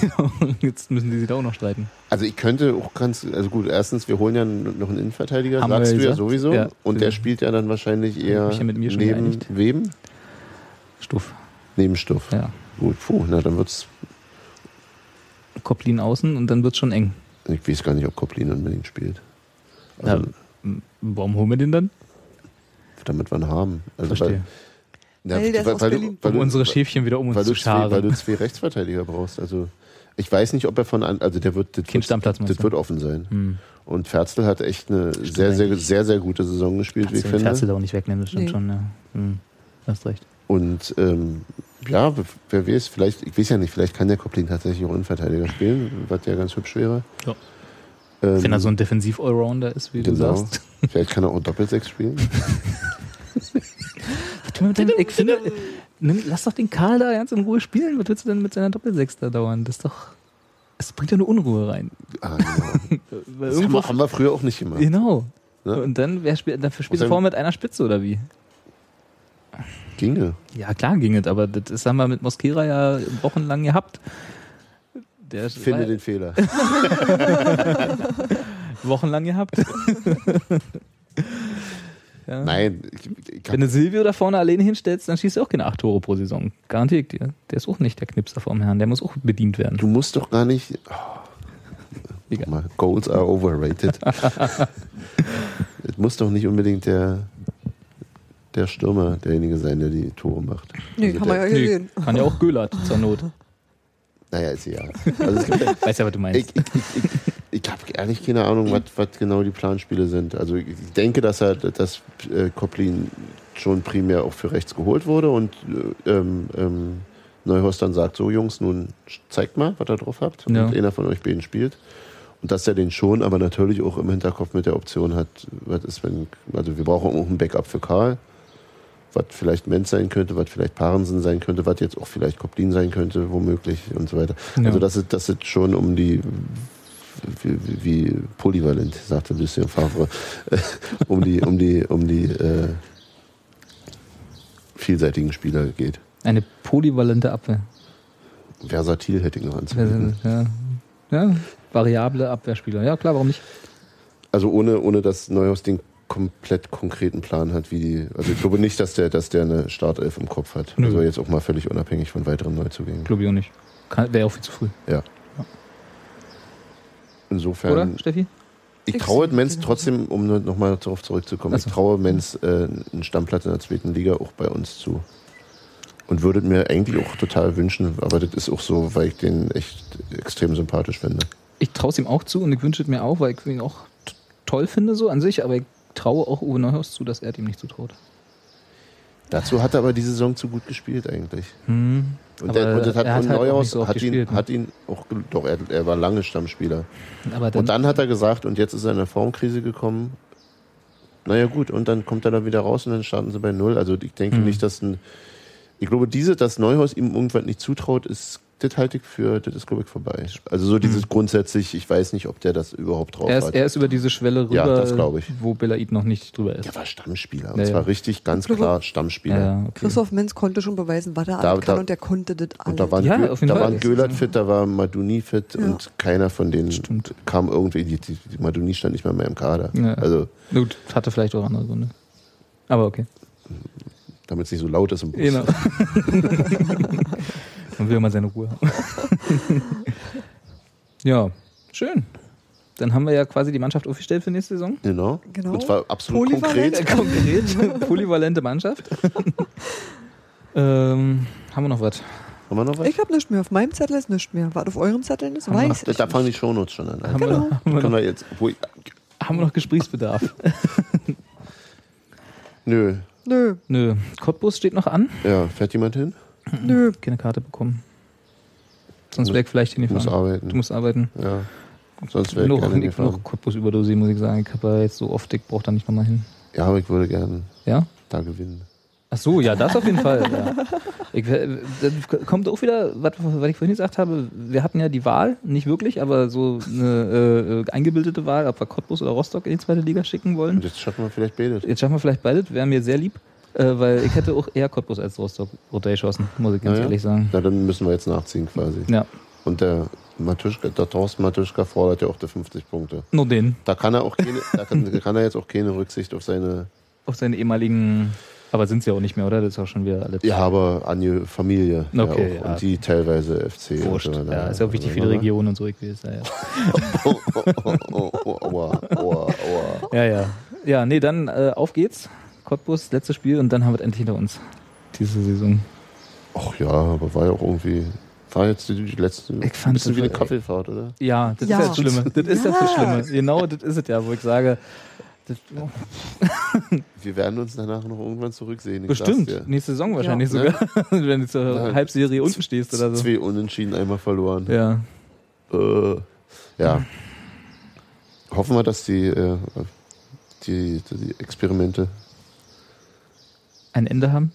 jetzt müssen die sich da auch noch streiten. Also ich könnte auch ganz, also gut, erstens, wir holen ja noch einen Innenverteidiger, Haben wir sagst du ja gesagt. sowieso. Ja. Und der spielt ja dann wahrscheinlich eher mich ja mit mir schon neben geeinigt. wem? Stuff. Neben Stuff. Ja. Gut, puh, na dann wird's. Kopplin außen und dann wird es schon eng. Ich weiß gar nicht, ob Koplin unbedingt spielt. Also, Na, m- warum holen wir den dann? Damit wir ihn haben. Also Verstehe. Weil, Nee, der ist weil- aus weil du- Berlin. weil Um du- unsere Schäfchen wieder um uns weil zu du, zwei, weil du scharen. zwei Rechtsverteidiger brauchst. Also ich weiß nicht, ob er von an, also der wird das, Kein Stammplatz, meinst wird, das du? wird offen sein. Hm. Und Ferzel hat echt eine sehr, sehr, eigentlich. sehr, sehr gute Saison gespielt, wie Kannst ich du den Ferzel finde. da auch nicht wegnehmen, das stimmt Nee. schon. Ja. Hm. Hast recht. Und ähm, ja, w- wer weiß, vielleicht, ich weiß ja nicht, vielleicht kann der Koplin tatsächlich auch Innenverteidiger spielen, was ja ganz hübsch wäre. Ja. Ähm, Wenn er so ein Defensiv-Allrounder ist, wie du genau. sagst. Vielleicht kann er auch Doppelsechs spielen. Ich finde, nimm, lass doch den Karl da ganz in Ruhe spielen. Was willst du denn mit seiner Doppelsechs da dauern? Das ist doch. Es bringt ja nur Unruhe rein. Ah, Weil genau. Das haben irgendwo- wir, haben wir früher auch nicht gemacht. genau. Ne? Und dann wer spielt, dafür spielt Und dann- er vorne mit einer Spitze oder wie? Ginge. Ja, klar ging es, aber das ist- haben wir mit Mosquera ja wochenlang gehabt. Der Ich finde war- den Fehler. wochenlang gehabt. ja. Nein, ich, ich hab, Wenn du Silvio da vorne alleine hinstellst, dann schießt er auch keine acht Tore pro Saison. Garantiere ich dir. Der ist auch nicht der Knipser vom Herrn. Der muss auch bedient werden. du musst doch gar nicht. Oh. Egal. Mal, Goals are overrated. es muss doch nicht unbedingt der, der Stürmer derjenige sein, der die Tore macht. Nee, Also kann der- man ja hier Nee, sehen. kann ja auch Gölert zur Not. Naja, ist ja. Also es gibt, Weißt ja, was du ich meinst. ich, ich, ich habe ehrlich keine Ahnung, was, was genau die Planspiele sind. Also ich denke, dass er, dass äh, Koplin schon primär auch für rechts geholt wurde und äh, ähm, ähm, Neuhaus dann sagt, so Jungs, nun zeigt mal, was ihr drauf habt. Ja. Und einer von euch beiden spielt. Und dass er den schon, aber natürlich auch im Hinterkopf mit der Option hat, was ist, wenn, also wir brauchen auch ein Backup für Karl, was vielleicht Menz sein könnte, was vielleicht Parensen sein könnte, was jetzt auch vielleicht Koplin sein könnte, womöglich und so weiter. Ja. Also das ist, das ist schon um die wie, wie- wie polyvalent, sagte Lucien Favre, um die, um die, um die äh, vielseitigen Spieler geht. Eine polyvalente Abwehr. Versatil hätte ich noch anzubieten. Ja. Ja. Variable Abwehrspieler. Ja, klar, warum nicht? Also ohne, ohne dass Neuhaus den komplett konkreten Plan hat, wie die. Also ich glaube nicht, dass der, dass der eine Startelf im Kopf hat. Nö. Also jetzt auch mal völlig unabhängig von weiteren Neuzugängen. Glaube ich auch nicht. Kann- Wäre auch viel zu früh. Ja. Insofern. Oder, Steffi? Ich traue Menz trotzdem, um nochmal darauf zurückzukommen, Ach so. ich traue Menz äh, einen Stammplatz in der zweiten Liga auch bei uns zu. Und würde mir eigentlich auch total wünschen, aber das ist auch so, weil ich den echt extrem sympathisch finde. Ich traue es ihm auch zu und ich wünsche es mir auch, weil ich ihn auch t- toll finde so an sich, aber ich traue auch Uwe Neuhaus zu, dass er ihm nicht zutraut. Dazu hat er aber die Saison zu gut gespielt eigentlich. Hm. Und, Aber der, und das hat, er hat und halt auch Neuhaus nicht so oft hat, ihn, gespielt, ne? hat ihn auch, ge- doch, er, er war lange Stammspieler. Aber dann, und dann hat er gesagt, und jetzt ist er in eine Formkrise gekommen. Naja, gut, und dann kommt er da wieder raus und dann starten sie bei Null. Also ich denke Mhm. nicht, dass ein. Ich glaube, diese, dass Neuhaus ihm irgendwann nicht zutraut, ist, das halte ich für, das ist, glaube ich, vorbei. Also so dieses grundsätzlich, ich weiß nicht, ob der das überhaupt drauf Hm. er, ist, hat. er ist über diese Schwelle rüber, Ja, das glaub ich. wo Belaid noch nicht drüber ist. der war Stammspieler. Und Ja, ja. zwar richtig, ganz glaube- klar Stammspieler. Ja, okay. Christoph Menz konnte schon beweisen, was er Da- alles kann da- und er konnte das alles. Und da waren, Ah, Ja, Gö- auf jeden da Fall. waren Göhlert fit, da war Maduni fit und keiner von denen Stimmt. kam irgendwie. Die, die, die Maduni stand nicht mal mehr im Kader. Ja. Also, Gut, hatte vielleicht auch andere Gründe. Aber okay. damit es nicht so laut ist im Bus. Genau. Man will mal seine Ruhe haben. ja, schön. Dann haben wir ja quasi die Mannschaft aufgestellt für nächste Saison. Genau. Genau. Und zwar absolut Polyvalent. konkret. Konkret, polyvalente Mannschaft. ähm, haben wir noch was? Haben wir noch was? ich habe nichts mehr. Auf meinem Zettel ist nichts mehr. Was auf eurem Zettel ist, weiß da, ich. da fangen die Shownotes schon an. Haben wir- Genau. haben wir Können wir jetzt, wo ich, Haben wir noch Gesprächsbedarf? nö, Nö, Nö, Cottbus steht noch an. ja, fährt jemand hin? nö. Keine Karte bekommen. Sonst wäre ich vielleicht hier nicht muss arbeiten. Du musst arbeiten. Ja. Sonst wäre ich Noch, gerne ich bin hingefahren. noch Cottbus überdosiert, muss ich sagen. Ich habe ja jetzt so oft, ich brauche da nicht nochmal hin. Ja, aber ich würde gerne Ja? da gewinnen. Ach so, ja, das auf jeden Fall. Ja. Ich, äh, das kommt auch wieder, was, was ich vorhin gesagt habe, wir hatten ja die Wahl, nicht wirklich, aber so eine äh, eingebildete Wahl, ob wir Cottbus oder Rostock in die zweite Liga schicken wollen. Und jetzt schaffen wir vielleicht Bedet. Jetzt schaffen wir vielleicht beides, wäre mir sehr lieb, äh, weil ich hätte auch eher Cottbus als Rostock runtergeschossen, muss ich ganz Naja. ehrlich sagen. Na, dann müssen wir jetzt nachziehen quasi. Ja. Und der Matuschka, der Thorsten Matuschka fordert ja auch die 50 Punkte. Nur den, Da kann er auch keine, da kann, kann er jetzt auch keine Rücksicht auf seine auf seine ehemaligen, aber sind sie ja auch nicht mehr, oder? Das ist auch schon wieder alles. ja, aber Anje Familie Okay, ja auch. ja. und die teilweise FC. Wurscht. Und so ne? weiter. Ja, ist ja auch wichtig für die Region und so. Ich weiß, ja, ja. Oh, oh, oh, oh, oh, aua, aua, aua. ja, ja. Ja, nee, dann äh, auf geht's. Cottbus, letztes Spiel und dann haben wir es endlich hinter uns. Diese Saison. Ach ja, aber war ja auch irgendwie. War jetzt die, die letzte. Ich fand bisschen das wie eine war- Kaffeefahrt, oder? Ja, das Ja. ist das Schlimme. Das ist Ja. das Schlimme. Genau, das ist es ja, wo ich sage, das, Wir werden uns danach noch irgendwann zurücksehen. ich bestimmt, sag's dir. nächste Saison wahrscheinlich sogar, wenn du zur Ja. Halbserie unten stehst oder so. Zwei Unentschieden, einmal verloren. Ja, Äh, ja. Hoffen wir, dass die, äh, die, die Experimente ein Ende haben.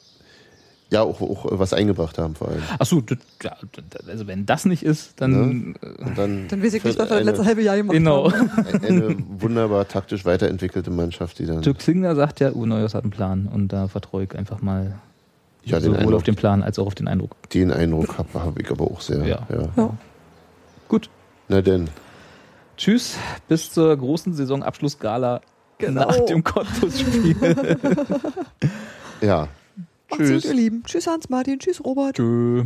ja auch, auch was eingebracht haben vor allem. Achso, ja, das- also wenn das nicht ist, dann Und dann, Dann weiß ich nicht, was wir das eine, letzte halbe Jahr gemacht genau. haben. eine wunderbar taktisch weiterentwickelte Mannschaft, die dann Dirk Zingler sagt ja, Uwe Neuhaus hat einen Plan und da vertraue ich einfach mal ja, den, sowohl auf Eindruck, den Plan als auch auf den Eindruck. den Eindruck habe hab ich aber auch sehr. Ja. Ja. Ja. Gut. Na denn, Tschüss, bis zur großen Saisonabschlussgala Genau. nach dem Cottbus-Spiel. ja. Macht's gut, ihr Lieben. Tschüss Hans-Martin, tschüss Robert. Tschö.